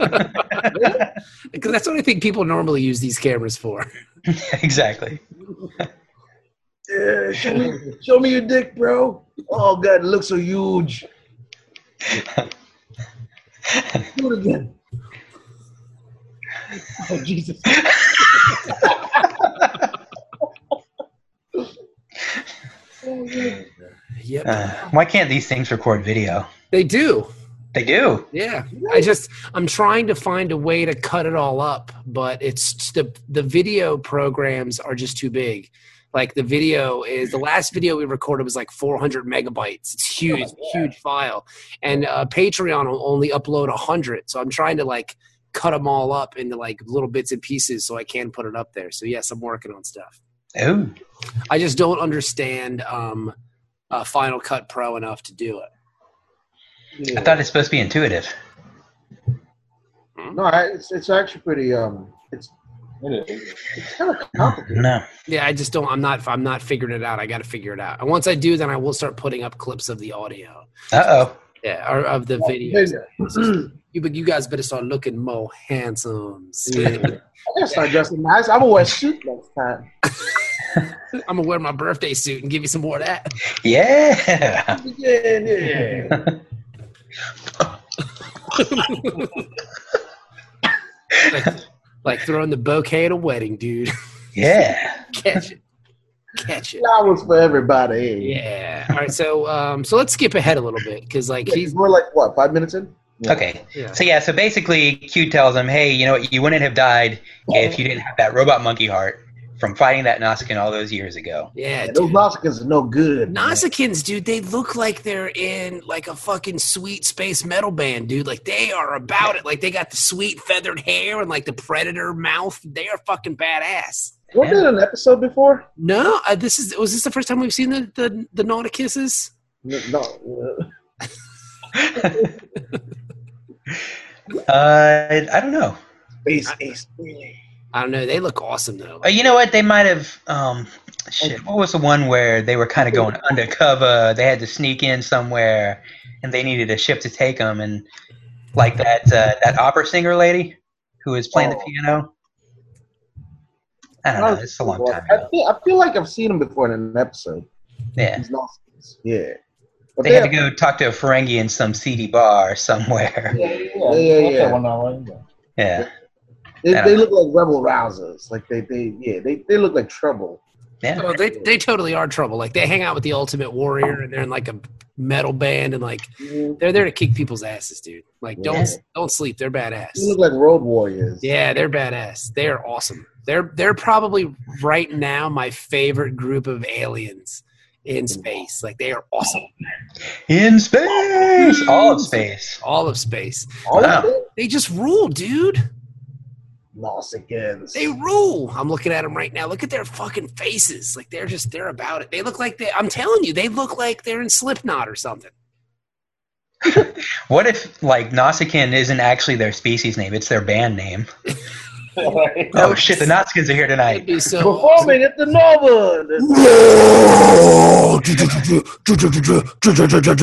Speaker 2: Because that's what I think people normally use these cameras for.
Speaker 3: exactly.
Speaker 4: yeah, show me, show me your dick, bro. Oh god, it looks so huge. Do it again. Oh Jesus. Oh, yeah.
Speaker 2: Yep.
Speaker 3: Uh, why can't these things record video?
Speaker 2: they do.
Speaker 3: They do.
Speaker 2: Yeah, I just I'm trying to find a way to cut it all up, but it's the the video programs are just too big. Like the video is the last video we recorded was like 400 megabytes. It's huge, it's a huge file, and uh, Patreon will only upload 100. So I'm trying to like cut them all up into like little bits and pieces so I can put it up there. So yes, I'm working on stuff.
Speaker 3: Oh,
Speaker 2: I just don't understand um, uh, Final Cut Pro enough to do it.
Speaker 3: I thought it's supposed to be intuitive.
Speaker 4: No, I- it's it's actually pretty um it's
Speaker 5: it is.
Speaker 4: it's kind of
Speaker 3: No,
Speaker 4: complicated.
Speaker 3: no.
Speaker 2: Yeah, I just don't. I'm not. I'm not figuring it out. I got to figure it out. And once I do, then I will start putting up clips of the audio.
Speaker 3: Uh oh.
Speaker 2: Yeah, or of the videos. You, but you guys better start looking more handsome.
Speaker 4: I gotta start dressing nice. I'm gonna wear a suit next time.
Speaker 2: I'm gonna wear my birthday suit and give you some more of that.
Speaker 3: Yeah.
Speaker 4: Yeah, yeah.
Speaker 2: Like, like throwing the bouquet at a wedding, dude.
Speaker 3: Yeah.
Speaker 2: Catch it, catch it.
Speaker 4: Flowers for everybody.
Speaker 2: Yeah. All right. So, um, so let's skip ahead a little bit because, like, he's
Speaker 4: We're like what, five minutes in?
Speaker 3: Okay.
Speaker 2: yeah.
Speaker 3: So yeah. So basically, Q tells him, "Hey, you know what? You wouldn't have died if you didn't have that robot monkey heart from fighting that Noskin all those years ago."
Speaker 2: Yeah.
Speaker 4: Yeah,
Speaker 2: dude.
Speaker 4: those Nausicaans are no good. man.
Speaker 2: Nausicaans, dude, they look like they're in like a fucking sweet space metal band, dude. Like they are about it. Like they got the sweet feathered hair and like the predator mouth. They are fucking badass.
Speaker 4: Was it an episode before?
Speaker 2: No, uh, this is was this the first time we've seen the the, the Nauticus's?
Speaker 4: No. no.
Speaker 3: Uh, I don't know.
Speaker 4: Ace, ace.
Speaker 2: I don't know. They look awesome though.
Speaker 3: Uh, You know what? They might have. Um, shit. What was the one where they were kind of going undercover? They had to sneak in somewhere, and they needed a ship to take them, and like that uh, that opera singer lady who was playing the
Speaker 4: Oh.
Speaker 3: piano. I don't know. It's a long time
Speaker 4: I
Speaker 3: ago.
Speaker 4: feel, I feel like I've seen him before in an episode.
Speaker 3: Yeah,
Speaker 4: He's not. Yeah. But
Speaker 3: they had to go talk to a Ferengi in some seedy bar somewhere.
Speaker 4: Yeah, yeah, yeah.
Speaker 5: That's the one I like, though.
Speaker 3: Yeah,
Speaker 4: They,
Speaker 3: Yeah.
Speaker 4: they look like rebel rousers. Like they, they, yeah, they, they look like trouble.
Speaker 3: yeah.
Speaker 2: Oh, they they totally are trouble. Like they hang out with the Ultimate Warrior, and they're in like a metal band, and like
Speaker 4: They
Speaker 2: they're there to kick people's asses, dude. Like don't
Speaker 3: Yeah.
Speaker 2: don't sleep. They're badass.
Speaker 4: look like road warriors.
Speaker 2: Yeah, they're badass. They are awesome. They're they're probably right now my favorite group of aliens in space. Like they are awesome.
Speaker 3: In space, all of space.
Speaker 2: All of space.
Speaker 4: All
Speaker 3: Wow.
Speaker 4: of them
Speaker 2: They just rule, dude.
Speaker 4: Nausicaans.
Speaker 2: They rule. I'm looking at them right now. Look at their fucking faces. Like they're just they're about it. They look like they. I'm telling you, they look like they're in Slipknot or something.
Speaker 3: What if like Nausicaan isn't actually their species name? It's their band name.
Speaker 5: Right.
Speaker 3: Oh shit, the Nausicaans are here
Speaker 2: That'd
Speaker 3: tonight.
Speaker 2: be so. awesome.
Speaker 4: Performing at the Nova.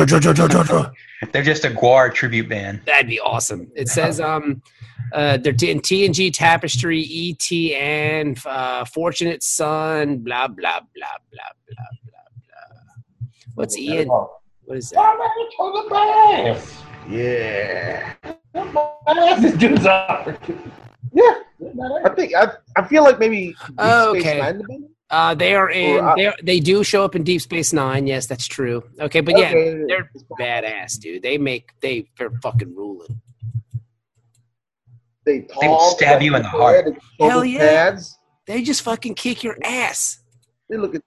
Speaker 3: They're just a Guar tribute band.
Speaker 2: That'd be awesome. It says um, uh, they're in TNG Tapestry, ET, and uh, Fortunate Son. Blah blah blah blah blah blah blah. What's EN?
Speaker 5: Oh.
Speaker 2: What is that?
Speaker 5: Somebody told the badass.
Speaker 4: yeah.
Speaker 5: Badass is good as ever.
Speaker 4: Yeah. I think I, I feel like maybe
Speaker 2: Oh,
Speaker 4: Space
Speaker 2: okay.
Speaker 4: Nine would be-
Speaker 2: Uh, they are in.
Speaker 4: Or, uh,
Speaker 2: they are, they do show up in Deep Space Nine. Yes, that's true. Okay, but yeah,
Speaker 4: Okay.
Speaker 2: they're badass, dude. They make they they're fucking ruling.
Speaker 4: They
Speaker 3: They will
Speaker 4: tall,
Speaker 3: stab
Speaker 4: like,
Speaker 3: you in the heart.
Speaker 4: they have
Speaker 2: Hell
Speaker 4: the
Speaker 2: yeah.
Speaker 4: pads.
Speaker 2: They just fucking kick your ass.
Speaker 4: They look at.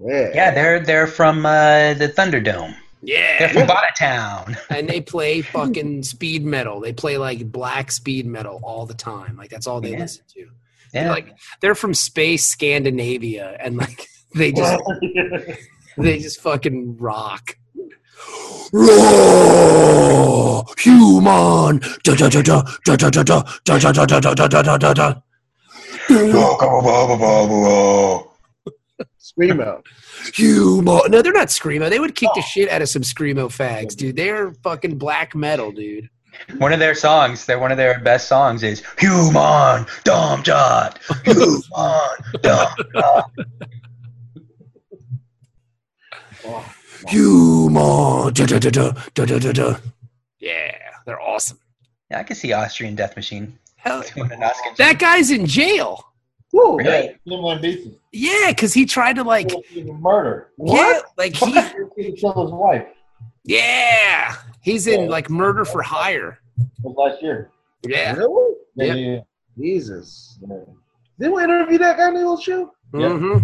Speaker 4: Yeah.
Speaker 3: Yeah, they're they're from uh, the Thunderdome. They're
Speaker 2: Yeah,
Speaker 3: from Botetown.
Speaker 2: and they play fucking speed metal. They play like black speed metal all the time. Like that's all they
Speaker 3: Yeah.
Speaker 2: listen to.
Speaker 3: Yeah,
Speaker 2: Like they're from space Scandinavia, and like they just they just fucking rock.
Speaker 6: Roar, human. Da da da da da da da da da da da da da da da da da.
Speaker 4: Screamo.
Speaker 6: Human.
Speaker 2: No, they're not screamo. They would kick the shit out of some screamo fags, dude. They're fucking black metal, dude.
Speaker 3: one of their songs. They're one of their best songs is "Human Dumb Jot." Human Dumb.
Speaker 6: Human. Da da da da da da da da.
Speaker 2: Yeah, they're awesome.
Speaker 3: Yeah, I can see Austrian Death Machine.
Speaker 2: Hell,
Speaker 3: doing an Nausicaan.
Speaker 2: that guy's in jail.
Speaker 4: Woo.
Speaker 3: Really?
Speaker 5: Human beast.
Speaker 2: Yeah, because he tried to like,
Speaker 5: Murder.
Speaker 2: yeah, like
Speaker 5: He
Speaker 2: he,
Speaker 5: killed his wife
Speaker 2: yeah, he's in like murder for hire.
Speaker 5: was last year.
Speaker 2: Yeah.
Speaker 4: Really?
Speaker 5: Yeah,
Speaker 2: Yep.
Speaker 5: yeah,
Speaker 4: Jesus.
Speaker 5: yeah.
Speaker 4: Didn't we interview that guy in the old show?
Speaker 2: hmm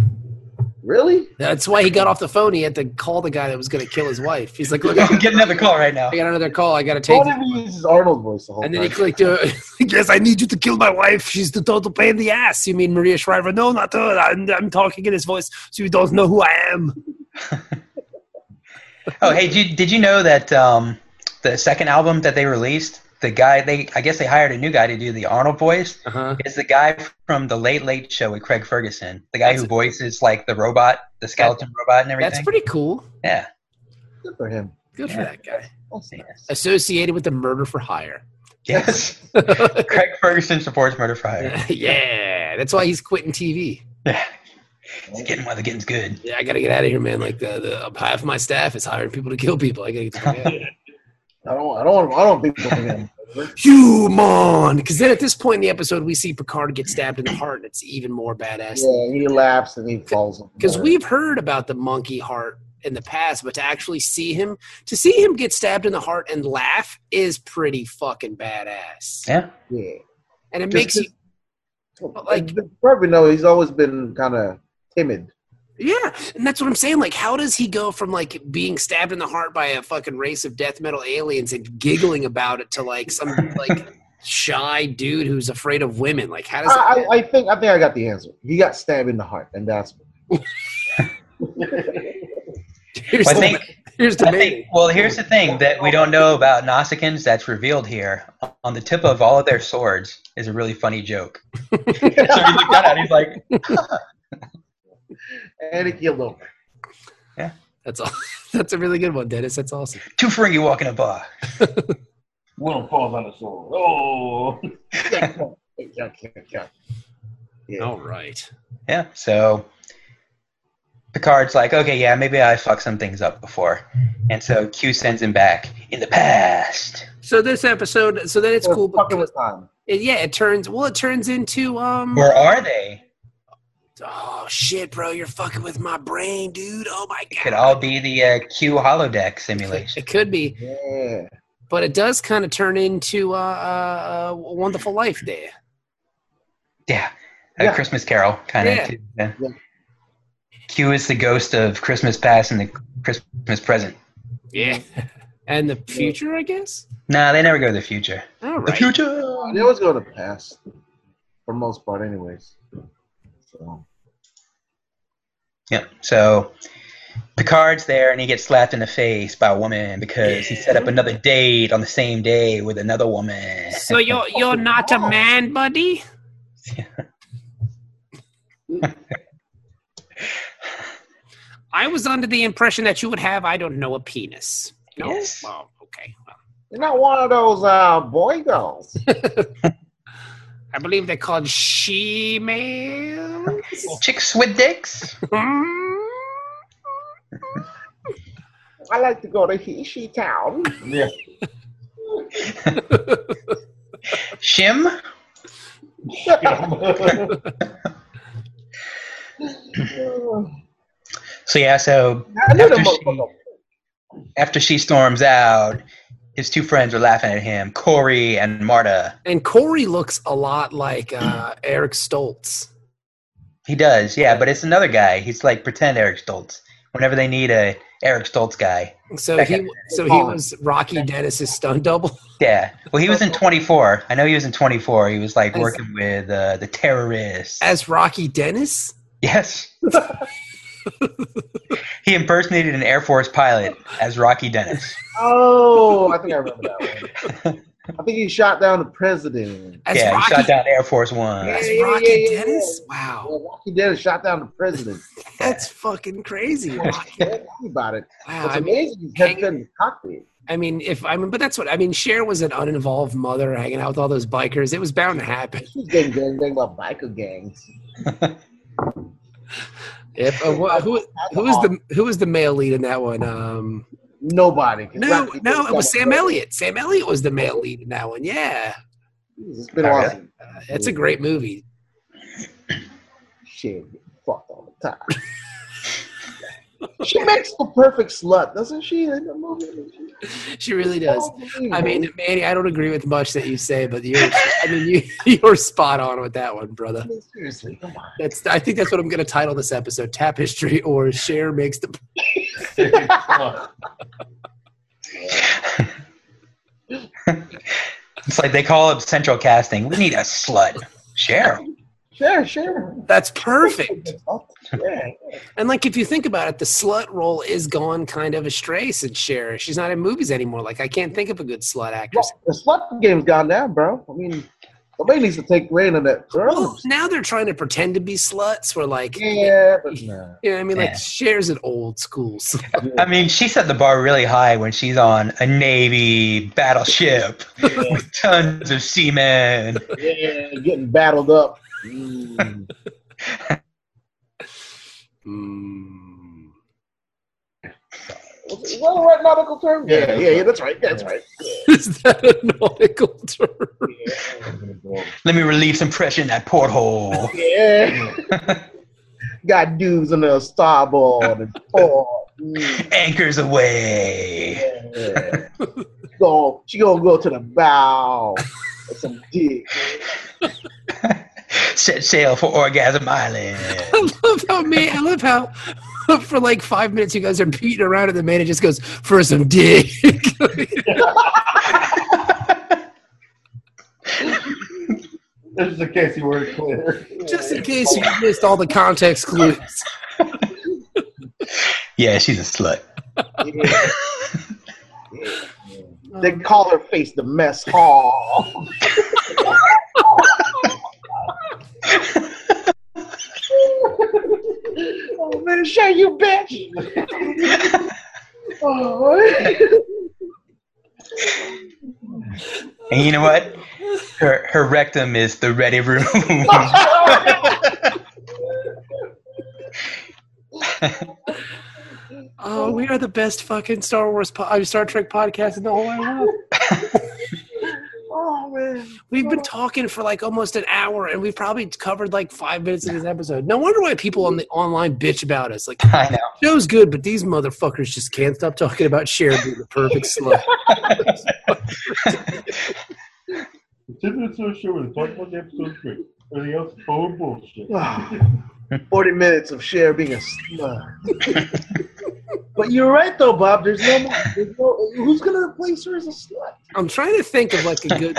Speaker 4: Really?
Speaker 2: That's why he got off the phone. He had to call the guy that was going to kill his wife. He's like, look, I
Speaker 3: I'm getting another call right now.
Speaker 2: got another call. I got to
Speaker 4: All
Speaker 2: take.
Speaker 4: of he uses Arnold voice the whole
Speaker 2: And
Speaker 4: time.
Speaker 2: then he clicked. Uh, yes, I need you to kill my wife. She's the total pain in the ass. You mean Maria Shriver? No, not her. I'm, I'm talking in his voice, so you don't know who I am.
Speaker 3: Oh, hey, did you, did you know that um, the second album that they released, the guy they I guess they hired a new guy to do the Arnold voice
Speaker 2: Uh huh.
Speaker 3: is the guy from the Late Late Show with Craig Ferguson, the guy
Speaker 2: That's-
Speaker 3: who voices like the robot, the skeleton robot, and everything.
Speaker 2: That's pretty cool.
Speaker 3: yeah.
Speaker 4: Good for him.
Speaker 2: Good for
Speaker 3: Yeah.
Speaker 2: that guy.
Speaker 4: That's nice.
Speaker 2: Associated with the murder for hire.
Speaker 3: Yes. Craig Ferguson supports Murder for Hire.
Speaker 2: yeah, that's why he's quitting TV.
Speaker 3: Yeah. It's getting while the getting's good.
Speaker 2: Yeah, I gotta get out of here, man. Like the, the half my staff is hiring people to kill people. I gotta get the fuck out.
Speaker 4: I don't. I don't. I don't think so him.
Speaker 2: Human, because then at this point in the episode, we see Picard get stabbed in the heart, and it's even more badass.
Speaker 4: Yeah, he laughs and he falls.
Speaker 2: Because we've heard about the monkey heart in the past, but to actually see him, to see him get stabbed in the heart and laugh is pretty fucking badass.
Speaker 3: Yeah.
Speaker 4: Yeah.
Speaker 2: And it
Speaker 4: Just
Speaker 2: makes you, like-
Speaker 4: Like you probably know, he's always been kind of timid.
Speaker 2: yeah. And that's what I'm saying. Like, how does he go from like being stabbed in the heart by a fucking race of death metal aliens and giggling about it to like some like shy dude who's afraid of women. Like, how does that?
Speaker 4: I, I, I think I think I got the answer. He got stabbed in the heart, and that's
Speaker 2: Here's,
Speaker 3: Well, I
Speaker 2: the,
Speaker 3: think,
Speaker 2: here's the
Speaker 3: I
Speaker 2: main-
Speaker 3: think, well, here's the thing that we don't know about Nausicaans that's revealed here. On the tip of all of their swords is a really funny joke. so he looked that out. He's like,
Speaker 4: and it killed him.
Speaker 2: That's all. That's a really good one, Dennis. That's awesome.
Speaker 3: two Ferengi walk in a bar.
Speaker 5: One falls on a sword. Oh,
Speaker 4: Yeah.
Speaker 2: All right.
Speaker 3: Yeah. So Picard's like, okay, yeah, maybe I fucked some things up before. And so Q sends him back in the past.
Speaker 2: So this episode, so then it's cool.
Speaker 4: Fucking
Speaker 2: Because,
Speaker 4: with time.
Speaker 2: it, yeah, it turns. Well, it turns into um.
Speaker 3: Where are they?
Speaker 2: Oh shit, bro! You're fucking with my brain, dude. Oh my
Speaker 3: It
Speaker 2: god.
Speaker 3: could all be the uh, Q holodeck simulation.
Speaker 2: It could be,
Speaker 4: Yeah.
Speaker 2: but it does kind of turn into uh, uh, a wonderful life there.
Speaker 3: Yeah. A
Speaker 4: Yeah.
Speaker 3: Christmas Carol kind
Speaker 2: Yeah.
Speaker 3: of. Yeah.
Speaker 4: Yeah.
Speaker 3: Q is the ghost of Christmas past and the Christmas present.
Speaker 2: Yeah. And the future, I guess.
Speaker 3: Nah, they never go to the future.
Speaker 2: All
Speaker 3: The
Speaker 2: right.
Speaker 3: future.
Speaker 2: Um,
Speaker 4: They always go to the past, for the most part, anyways. So
Speaker 3: Yeah. So Picard's there and he gets slapped in the face by a woman because he set up another date on the same day with another woman.
Speaker 2: So you're you're not a man, buddy. I was under the impression that you would have, I don't know, a penis. No.
Speaker 3: Yes.
Speaker 2: Oh, okay. Well,
Speaker 4: you're not one of those uh, boy girls.
Speaker 2: I believe they're called she males.
Speaker 3: Chicks with dicks.
Speaker 2: Hmm?
Speaker 4: I like to go to Hishi Town.
Speaker 5: yeah.
Speaker 3: Shim.
Speaker 5: yeah.
Speaker 4: I
Speaker 3: So yeah. So
Speaker 4: knew the
Speaker 3: After she-
Speaker 4: motherfucker.
Speaker 3: after she storms out, his two friends are laughing at him, Corey and Marta.
Speaker 2: and Corey looks a lot like uh, Eric Stoltz.
Speaker 3: He does, yeah. But it's another guy. He's like pretend Eric Stoltz. Whenever they need a Eric Stoltz guy,
Speaker 2: So he so he was Rocky Dennis's stunt double.
Speaker 3: yeah. Well, he was in 24. I know he was in 24. He was like working with uh, the terrorists.
Speaker 2: As Rocky Dennis?
Speaker 3: Yes. he impersonated an Air Force pilot as Rocky Dennis.
Speaker 4: Oh, I think I remember that one. I think he shot down the president.
Speaker 2: As
Speaker 3: yeah,
Speaker 2: Rocky,
Speaker 3: he shot down Air Force One.
Speaker 4: Yeah.
Speaker 2: as Rocky
Speaker 4: yeah, yeah,
Speaker 2: Dennis?
Speaker 4: yeah.
Speaker 2: Wow.
Speaker 4: Well, Rocky Dennis shot down the president.
Speaker 2: That's fucking crazy. Rocky.
Speaker 4: Yeah, think about it.
Speaker 2: Wow.
Speaker 4: It's
Speaker 2: I mean,
Speaker 4: amazing. He's head in the cockpit.
Speaker 2: I mean, if I mean, but that's what I mean. Cher was an uninvolved mother hanging out with all those bikers. It was bound to happen.
Speaker 4: She's gang gang gang about biker gangs.
Speaker 2: If, uh, wha- who who was the who was the male lead in that one? Um,
Speaker 4: Nobody.
Speaker 2: no, no, it was Sam Elliott. Sam Elliott was the male lead in that one. Yeah,
Speaker 4: It's been
Speaker 3: Oh, really?
Speaker 4: awesome.
Speaker 2: uh, it's a great movie.
Speaker 4: Shit, fucked all the time. she makes the perfect slut, doesn't she? In the movie,
Speaker 2: She really does.
Speaker 4: Oh,
Speaker 2: I mean, Manny, I don't agree with much that you say, but you're I mean, you you're spot on with that one, brother.
Speaker 4: seriously, come on.
Speaker 2: That's I think that's what I'm going to title this episode: Tapestry or Cher makes the
Speaker 3: It's like they call up central casting. We need a slut. Share.
Speaker 4: Sure, sure.
Speaker 2: That's perfect.
Speaker 4: Oh, yeah.
Speaker 2: And like, if you think about it, the slut role is gone kind of astray since Cher. She's not in movies anymore. Like, I can't think of a good slut actress.
Speaker 4: Well, the slut game's gone down, bro. I mean, somebody needs to take reign on that.
Speaker 2: Well,
Speaker 4: Girl.
Speaker 2: now they're trying to pretend to be sluts. Where like, you
Speaker 4: Yeah, but nah.
Speaker 2: know, what I mean, like,
Speaker 3: Yeah.
Speaker 2: Cher's an old school. slut.
Speaker 3: I mean, she set the bar really high when she's on a Navy battleship with tons of seamen.
Speaker 4: yeah, getting battled up. Mm.
Speaker 2: Mm.
Speaker 4: What's- What the right nautical term?
Speaker 5: Yeah.
Speaker 4: Yeah, yeah, yeah. That's right. That's right.
Speaker 2: Is that a nautical term?
Speaker 3: Let me relieve some pressure in that porthole.
Speaker 4: Yeah. Got dudes on the starboard and port. Mm,
Speaker 3: Anchors away.
Speaker 4: yeah. Go, she gonna go to the bow. With some dick.
Speaker 3: Set sail for Orgasm Island.
Speaker 2: I love how man. I love how for like five minutes you guys are beating around, and the man just goes for some dick.
Speaker 5: Just in case you weren't clear.
Speaker 2: Just in case you missed all the context clues.
Speaker 3: Yeah, she's a slut.
Speaker 4: They call her face the mess hall. oh man, show you bitch. oh.
Speaker 3: And you know what? Her her rectum is the ready room.
Speaker 2: Oh, we are the best fucking Star Wars, po- uh, Star Trek podcast in the whole wide world.
Speaker 4: oh man.
Speaker 2: We've been talking for like almost an hour, and we've probably covered like five minutes of this episode. No wonder why people on the online bitch about us. Like,
Speaker 3: I know.
Speaker 2: show's good, but these motherfuckers just can't stop talking about Cher being the perfect slut.
Speaker 5: Ten minutes of the show where they talk about the episode three. Everything else, oh bullshit.
Speaker 4: Forty minutes of Cher being a slut. but you're right though, Bob. There's no, more, there's no who's gonna replace her as a slut?
Speaker 2: I'm trying to think of like a good.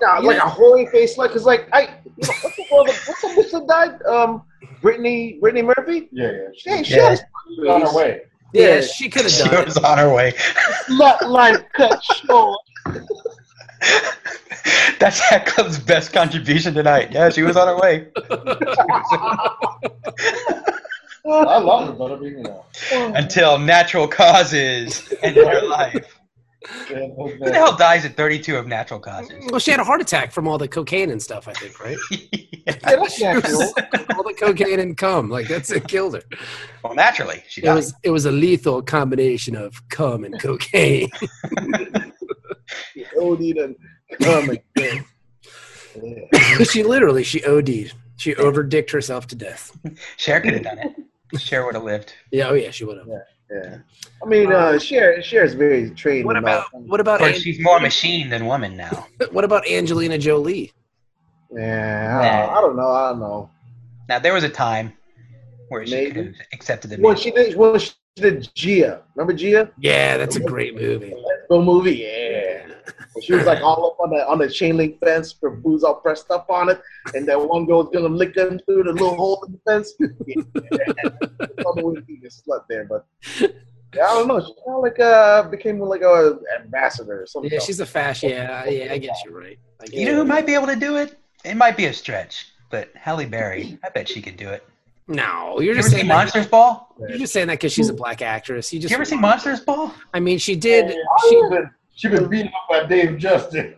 Speaker 4: Nah, like a holy face slut. Cause like I, you know, what's the, what the, what's the bitch that died? Um, Brittany Brittany Murphy.
Speaker 5: Yeah, yeah.
Speaker 4: She ain't
Speaker 3: Yeah.
Speaker 4: yeah.
Speaker 5: She's on her way.
Speaker 2: Yeah,
Speaker 4: Yeah.
Speaker 2: she could have
Speaker 3: She
Speaker 2: done
Speaker 3: was on her way.
Speaker 4: Slut life cut short.
Speaker 3: That's that club's best contribution tonight. Yeah, she was on her way.
Speaker 4: Oh,
Speaker 5: I love it, but I mean, you know.
Speaker 3: Until natural causes ended her life.
Speaker 5: Yeah, okay.
Speaker 3: Who the hell dies at 32 of natural causes?
Speaker 2: it. Well, she had a heart attack from all the cocaine and stuff. I think, right?
Speaker 4: Yeah, that's natural.
Speaker 2: all the cocaine and cum, like that's it killed her.
Speaker 3: Well, naturally, she
Speaker 2: It
Speaker 3: died.
Speaker 2: was it was a lethal combination of cum and cocaine.
Speaker 4: OD E done come again. Yeah.
Speaker 2: she literally she OD'd. She overdicked herself to death.
Speaker 3: Cher could have done it. Cher would have lived.
Speaker 2: Yeah, oh yeah, she would have.
Speaker 4: yeah. I mean, uh, Cher, Cher's very trained.
Speaker 2: What
Speaker 4: and
Speaker 2: about
Speaker 4: all.
Speaker 2: what about
Speaker 3: But
Speaker 2: An-
Speaker 3: she's more machine than woman now.
Speaker 2: what about Angelina Jolie?
Speaker 4: Yeah, I don't, I don't know. I don't know.
Speaker 3: Now there was a time where she
Speaker 4: Maybe.
Speaker 3: could have accepted the
Speaker 4: When
Speaker 3: man.
Speaker 4: she did, when she did Gia, remember Gia?
Speaker 2: Yeah, that's a great movie.
Speaker 4: The movie, yeah. When She was like all up on the on the chain link fence, her boo's all pressed up on it, and that one girl's gonna lick them through the little hole in the fence. Yeah. I don't know if you can slut there, but yeah, I don't know. She kind of like uh became like a ambassador or something.
Speaker 2: Yeah, she's a fashion. Yeah, yeah, I guess you're right. I guess
Speaker 3: You know who might be able to do it? It might be a stretch, but Halle Berry, I bet she could do it.
Speaker 2: no, you're
Speaker 3: You ever
Speaker 2: just
Speaker 3: see
Speaker 2: saying that,
Speaker 3: Monsters Ball?
Speaker 2: you're just saying that because she's a black actress. You just
Speaker 3: You ever see Monsters Ball?
Speaker 2: I mean, she did. She
Speaker 5: She's been, she been beaten up by Dave Justice.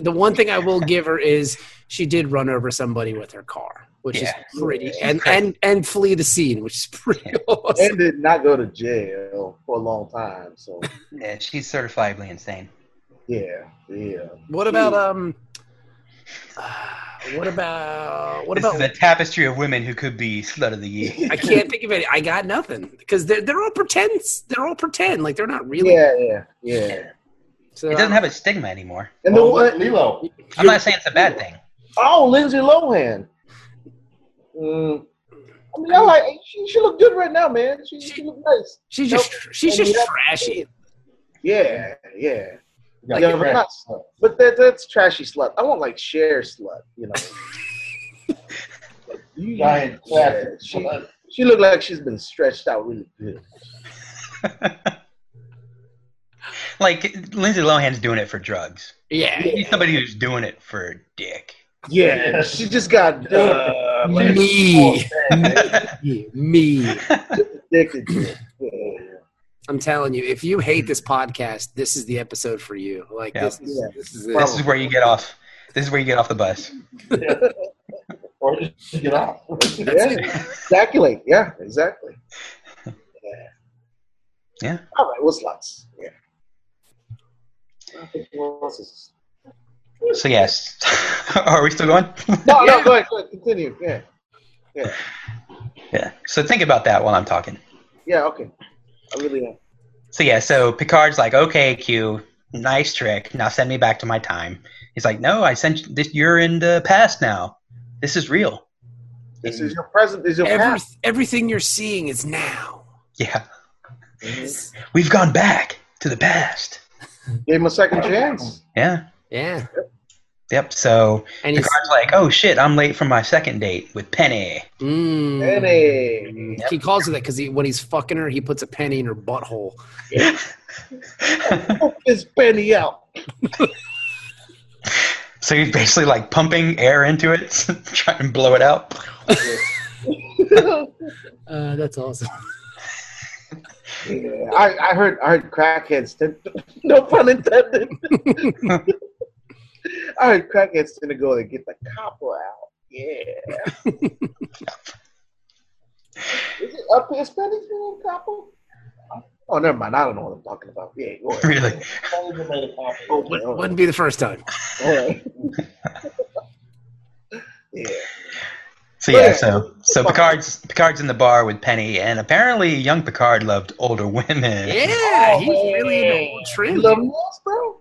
Speaker 2: the one thing I will give her is she did run over somebody with her car, which is pretty, and and and flee the scene, which is pretty awesome.
Speaker 4: and did not go to jail for a long time. So
Speaker 3: Yeah, she's certifiably insane.
Speaker 4: yeah, yeah.
Speaker 2: What about um? Uh, what about what
Speaker 3: This
Speaker 2: about?
Speaker 3: is a tapestry of women who could be slut of the year.
Speaker 2: I can't think of any. I got nothing because they're they're all pretends. They're all pretend. Like they're not really.
Speaker 4: Yeah, yeah, yeah.
Speaker 2: So,
Speaker 3: It doesn't have a stigma anymore.
Speaker 4: And the
Speaker 5: Oh, look,
Speaker 4: one,
Speaker 5: Lilo.
Speaker 3: I'm not saying it's a bad thing.
Speaker 4: oh, Lindsay Lohan. Mm. I mean, I like she. She look good right now, man. She, she look nice.
Speaker 2: she's just she's just
Speaker 4: Nope.
Speaker 2: trashy.
Speaker 4: Yeah, yeah.
Speaker 5: Got
Speaker 4: yeah, but
Speaker 5: cracked.
Speaker 4: not slut. But that, that's trashy slut. I want like share slut. You know. You-
Speaker 5: Giant
Speaker 4: yeah,
Speaker 5: crack.
Speaker 4: she, she looked like she's been stretched out really good.
Speaker 3: Like Lindsay Lohan's doing it for drugs.
Speaker 2: Yeah.
Speaker 3: You need somebody who's doing it for dick.
Speaker 4: Yeah, she just got uh, like,
Speaker 2: Me, me.
Speaker 4: addicted to it. Yeah.
Speaker 2: I'm telling you, if you hate this podcast, this is the episode for you. Like
Speaker 3: Yeah.
Speaker 2: this, is,
Speaker 4: Yeah.
Speaker 2: this is it.
Speaker 3: This is where you get off. This is where you get off the bus.
Speaker 5: Or just get off.
Speaker 4: yeah, exactly. Yeah, exactly. Yeah.
Speaker 3: Yeah.
Speaker 4: All right. What's lots? Yeah. I think what else is-
Speaker 3: So yes, are we still going?
Speaker 4: No, no, go ahead, go ahead, continue. Yeah,
Speaker 3: yeah. So think about that while I'm talking.
Speaker 4: yeah, okay. I really am.
Speaker 3: So yeah, so Picard's like, okay, Q, nice trick. Now send me back to my time. He's like, no, I sent you, this. You're in the past now. This is real.
Speaker 4: This is your present. Is your
Speaker 2: Every,
Speaker 4: past.
Speaker 2: everything you're seeing is now.
Speaker 3: Yeah, we've gone back to the past.
Speaker 4: Gave him a second chance.
Speaker 3: Yeah,
Speaker 2: Yeah.
Speaker 3: they Yep. So
Speaker 2: And
Speaker 3: the
Speaker 2: he's
Speaker 3: guard's like, "Oh shit, I'm late for my second date with Penny."
Speaker 2: mm,
Speaker 4: Penny.
Speaker 2: He calls her that because he, when he's fucking her, he puts a penny in her butthole.
Speaker 4: Poke this penny out.
Speaker 3: So he's basically like pumping air into it, trying to blow it out.
Speaker 2: Uh, that's awesome.
Speaker 4: Yeah, I, I heard I heard crackheads. Tend, no pun intended. I heard crackheads tend to go and get the copper out. Yeah. Is it up here? Spanish name copper? Oh, never mind. I don't know what I'm talking about. Yeah. go ahead.
Speaker 3: Really?
Speaker 4: Oh,
Speaker 2: Wouldn't,
Speaker 4: all right,
Speaker 2: wouldn't be the first time.
Speaker 4: all right. yeah.
Speaker 3: So yeah, so so Picard's Picard's in the bar with Penny, and apparently young Picard loved older women.
Speaker 2: Yeah,
Speaker 4: Oh,
Speaker 2: he's really into
Speaker 4: yeah.
Speaker 2: old
Speaker 4: You
Speaker 2: trim.
Speaker 4: love nails, bro?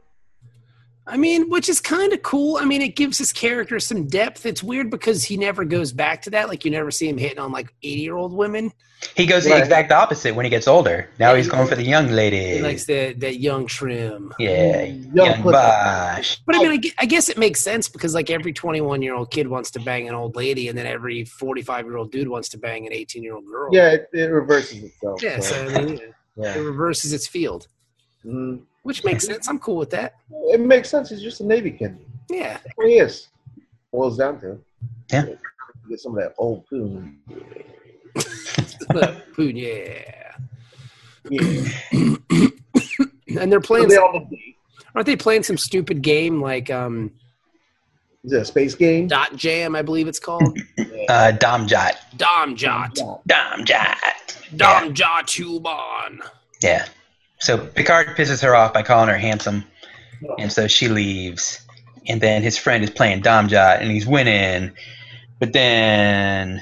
Speaker 2: I mean, which is kind of cool. I mean, it gives his character some depth. It's weird because he never goes back to that. Like you never see him hitting on like eighty-year-old women.
Speaker 3: He goes the
Speaker 4: Right.
Speaker 3: exact opposite when he gets older. Now he's going for the young
Speaker 2: He
Speaker 3: lady.
Speaker 2: likes that that young trim.
Speaker 3: yeah,
Speaker 4: Young
Speaker 3: young
Speaker 4: pussy.
Speaker 3: Bosch.
Speaker 4: Oh.
Speaker 2: But I mean, I gue- I guess it makes sense because like every twenty-one-year-old kid wants to bang an old lady, and then every forty-five-year-old dude wants to bang an eighteen-year-old girl.
Speaker 4: Yeah, it, it reverses itself.
Speaker 2: yeah. So I mean, you know, it
Speaker 4: yeah.
Speaker 2: reverses its field,
Speaker 4: Mm.
Speaker 2: which makes sense. I'm cool with that.
Speaker 4: It makes sense. He's just a Navy kid.
Speaker 2: Yeah.
Speaker 4: Well, yes. Boils down to.
Speaker 3: Yeah.
Speaker 4: Get some of that old poon.
Speaker 2: Poon, yeah.
Speaker 4: Yeah.
Speaker 2: And they're
Speaker 4: So
Speaker 2: playing.
Speaker 4: they all agree.
Speaker 2: Aren't they playing some stupid game like um,
Speaker 4: Is it a space game?
Speaker 2: Dot Jam? I believe it's called
Speaker 3: Uh, Dom Jot.
Speaker 2: Dom Jot.
Speaker 3: Dom Jot. Yeah.
Speaker 2: Dom Jot Tubon.
Speaker 3: yeah. So Picard pisses her off by calling her handsome, and so she leaves. And then his friend is playing Dom Jot, and he's winning. But then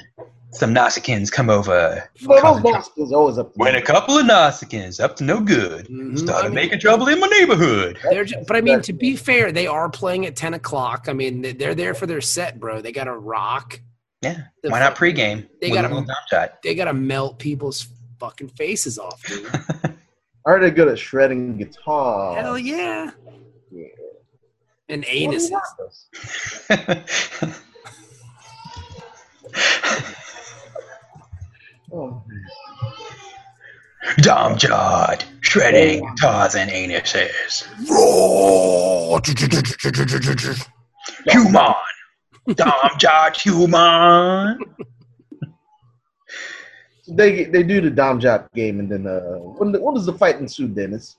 Speaker 3: some Nausicaans come over.
Speaker 4: Well, those monsters always up
Speaker 3: When a couple of Nausicaans up to no good
Speaker 2: Mhm. I
Speaker 3: started
Speaker 2: mean,
Speaker 3: making trouble in my neighborhood.
Speaker 2: they're ju- but I mean, to be fair, they are playing at ten o'clock. I mean, they- they're there for their set, bro. They got to rock.
Speaker 3: Yeah.
Speaker 2: The
Speaker 3: Why not
Speaker 2: fuck-
Speaker 3: pregame?
Speaker 2: They
Speaker 3: with a
Speaker 2: gotta-
Speaker 3: little Dom Jot.
Speaker 2: They got to melt people's fucking faces off, dude.
Speaker 4: I heard they're good at shredding
Speaker 3: Oh.
Speaker 4: guitar.
Speaker 2: Hell yeah.
Speaker 4: Yeah.
Speaker 2: And
Speaker 4: What do you
Speaker 2: anuses.
Speaker 4: got us? Oh,
Speaker 3: Dom Jot shredding guitars and anuses.
Speaker 6: Roar.
Speaker 3: Human. Dom Jot human.
Speaker 4: They they do the dom job game and then uh when the, when does the fight ensue, Dennis?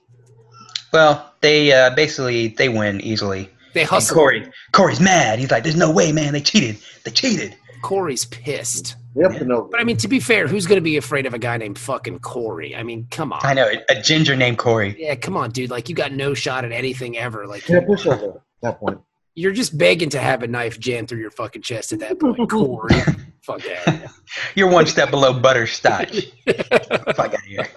Speaker 3: Well, they uh, basically they win easily.
Speaker 2: They
Speaker 3: And
Speaker 2: hustle.
Speaker 3: Corey, Corey's mad. He's like, "There's no way, man. They cheated. They cheated."
Speaker 2: Corey's pissed.
Speaker 4: They up and over.
Speaker 2: But I mean, to be fair, who's going to be afraid of a guy named fucking Corey? I mean, come on.
Speaker 3: I know a ginger named Corey.
Speaker 2: Yeah, come on, dude. Like, you got no shot at anything ever. Like,
Speaker 4: Yeah, push over at that point.
Speaker 2: you're just begging to have a knife jammed through your fucking chest at that point, Corey. Fuck that.
Speaker 3: You're one step below butterscotch. Fuck out of here.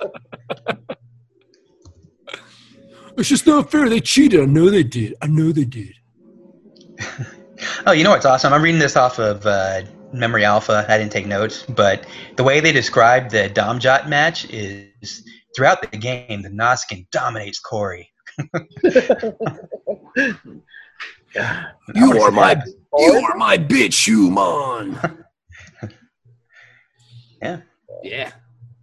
Speaker 6: It's just not fair. They cheated. I know they did. I know they did.
Speaker 3: Oh, you know what's awesome? I'm reading this off of uh, Memory Alpha. I didn't take notes, but the way they describe the Dom Jot match is throughout the game, the Noskin dominates Corey.
Speaker 6: You are my you are my bitch, human.
Speaker 2: Yeah.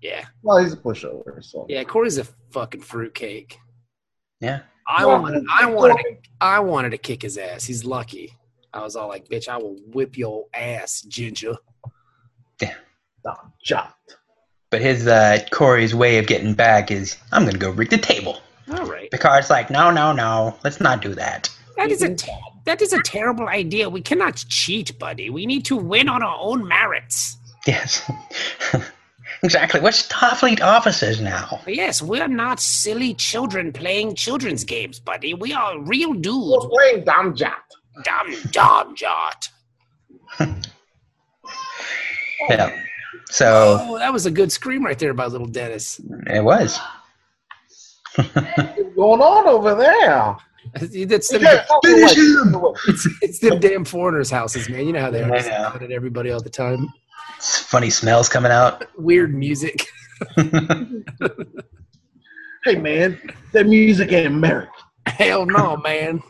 Speaker 2: Yeah.
Speaker 4: Well, he's a pushover, so
Speaker 2: Yeah. Corey's a fucking fruitcake.
Speaker 3: Yeah.
Speaker 2: I wanted, I wanted, to, I wanted to kick his ass. He's lucky. I was all like, bitch, I will whip your ass, Ginger.
Speaker 4: dom job.
Speaker 3: But his uh, Corey's way of getting back is, I'm gonna go rig the table.
Speaker 2: All right.
Speaker 3: Picard's like, no, no, no, let's not do that.
Speaker 2: That is a, te- that is a terrible idea. We cannot cheat, buddy. We need to win on our own merits.
Speaker 3: Yes, exactly. We're Starfleet officers now.
Speaker 2: Yes, we're not silly children playing children's games, buddy. We are real dudes.
Speaker 4: We're playing dom job.
Speaker 2: Dumb, dumb jot.
Speaker 3: Yeah. So
Speaker 2: Oh, that was a good scream right there by little Dennis.
Speaker 3: it was.
Speaker 4: What's going on over there?
Speaker 2: That's them,
Speaker 4: Finish him.
Speaker 2: it's, it's them damn foreigners' houses, man. You know how they are.
Speaker 3: I
Speaker 2: Just
Speaker 3: know.
Speaker 2: yelling at everybody all the time.
Speaker 3: It's funny smells coming out.
Speaker 2: Weird music.
Speaker 4: Hey man, that music ain't American.
Speaker 2: Hell no, man.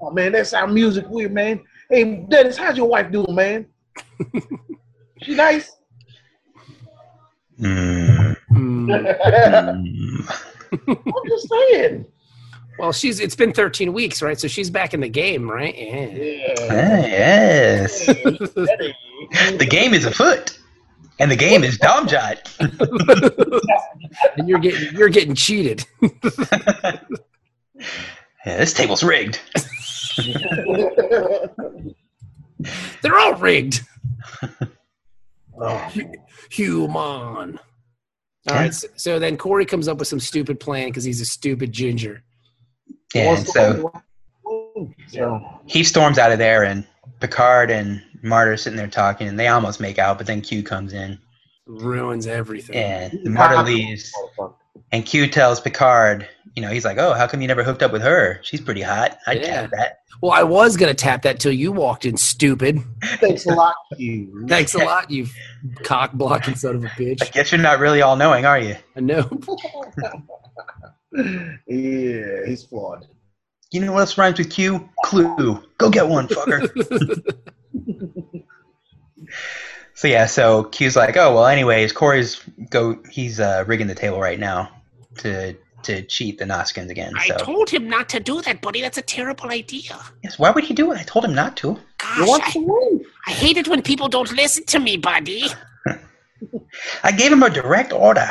Speaker 4: Oh man, that sound music weird, man. Hey Dennis, how's your wife doing, man? she nice?
Speaker 3: Mm,
Speaker 2: Mm.
Speaker 3: mm.
Speaker 4: I'm just saying.
Speaker 2: Well, she's it's been 13 weeks, right? So she's back in the game, right? Yeah.
Speaker 4: Yeah.
Speaker 3: Ah, yes.
Speaker 4: Hey,
Speaker 3: The game is afoot. And the game is Domjot.
Speaker 2: and you're getting you're getting cheated.
Speaker 3: Yeah, this table's rigged.
Speaker 2: They're all rigged.
Speaker 4: Oh,
Speaker 2: Human. All
Speaker 3: Yeah.
Speaker 2: right. So, so then Corey comes up with some stupid plan because he's a stupid ginger.
Speaker 3: Yeah, and so
Speaker 4: so
Speaker 3: he storms out of there, and Picard and Martyr are sitting there talking, and they almost make out, but then Q comes in,
Speaker 2: Ruins everything.
Speaker 3: and Martyr leaves, and Q tells Picard, you know, he's like, "Oh, how come you never hooked up with her? She's pretty hot. I would
Speaker 2: Yeah.
Speaker 3: tap that."
Speaker 2: Well, I was gonna tap that till you walked in, stupid.
Speaker 4: thanks a lot, you.
Speaker 2: Thanks a lot, you cock blocking son of a
Speaker 3: I
Speaker 2: bitch.
Speaker 3: guess you're not really all knowing, are you?
Speaker 2: I know.
Speaker 4: Yeah, he's flawed.
Speaker 3: You know what else rhymes with Q? Clue. Go get one, fucker. so yeah, so Q's like, oh well. Anyways, Corey's go. He's uh, rigging the table right now to to cheat the Noskins again. So
Speaker 2: told him not to do that, buddy. That's a terrible idea.
Speaker 3: yes, why would he do it? I told him not to.
Speaker 4: You want to win.
Speaker 2: I hate it when people don't listen to me, buddy.
Speaker 3: I gave him a direct order.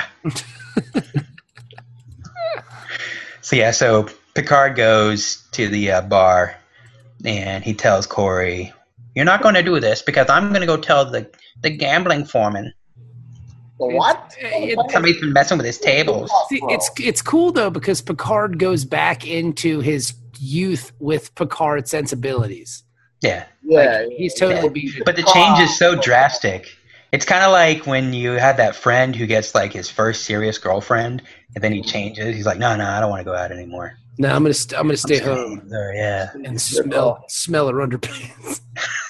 Speaker 3: so yeah, so Picard goes to the uh, bar, and he tells Corey, "You're not going to do this because I'm going to go tell the the gambling foreman
Speaker 4: The what?
Speaker 2: It-
Speaker 3: somebody's been messing with his tables."
Speaker 2: See, it's it's cool though because Picard goes back into his youth with Picard sensibilities.
Speaker 3: Yeah,
Speaker 4: yeah,
Speaker 2: He's
Speaker 4: yeah.
Speaker 2: totally beat.
Speaker 3: but the change is
Speaker 2: Oh.
Speaker 3: so drastic. It's kind of like when you had that friend who gets like his first serious girlfriend, and then he changes. He's like, "No, no, I don't want to go out anymore."
Speaker 2: No, I'm gonna st- I'm gonna stay
Speaker 4: Um,
Speaker 2: home
Speaker 3: So, yeah.
Speaker 2: and smell smell her underpants.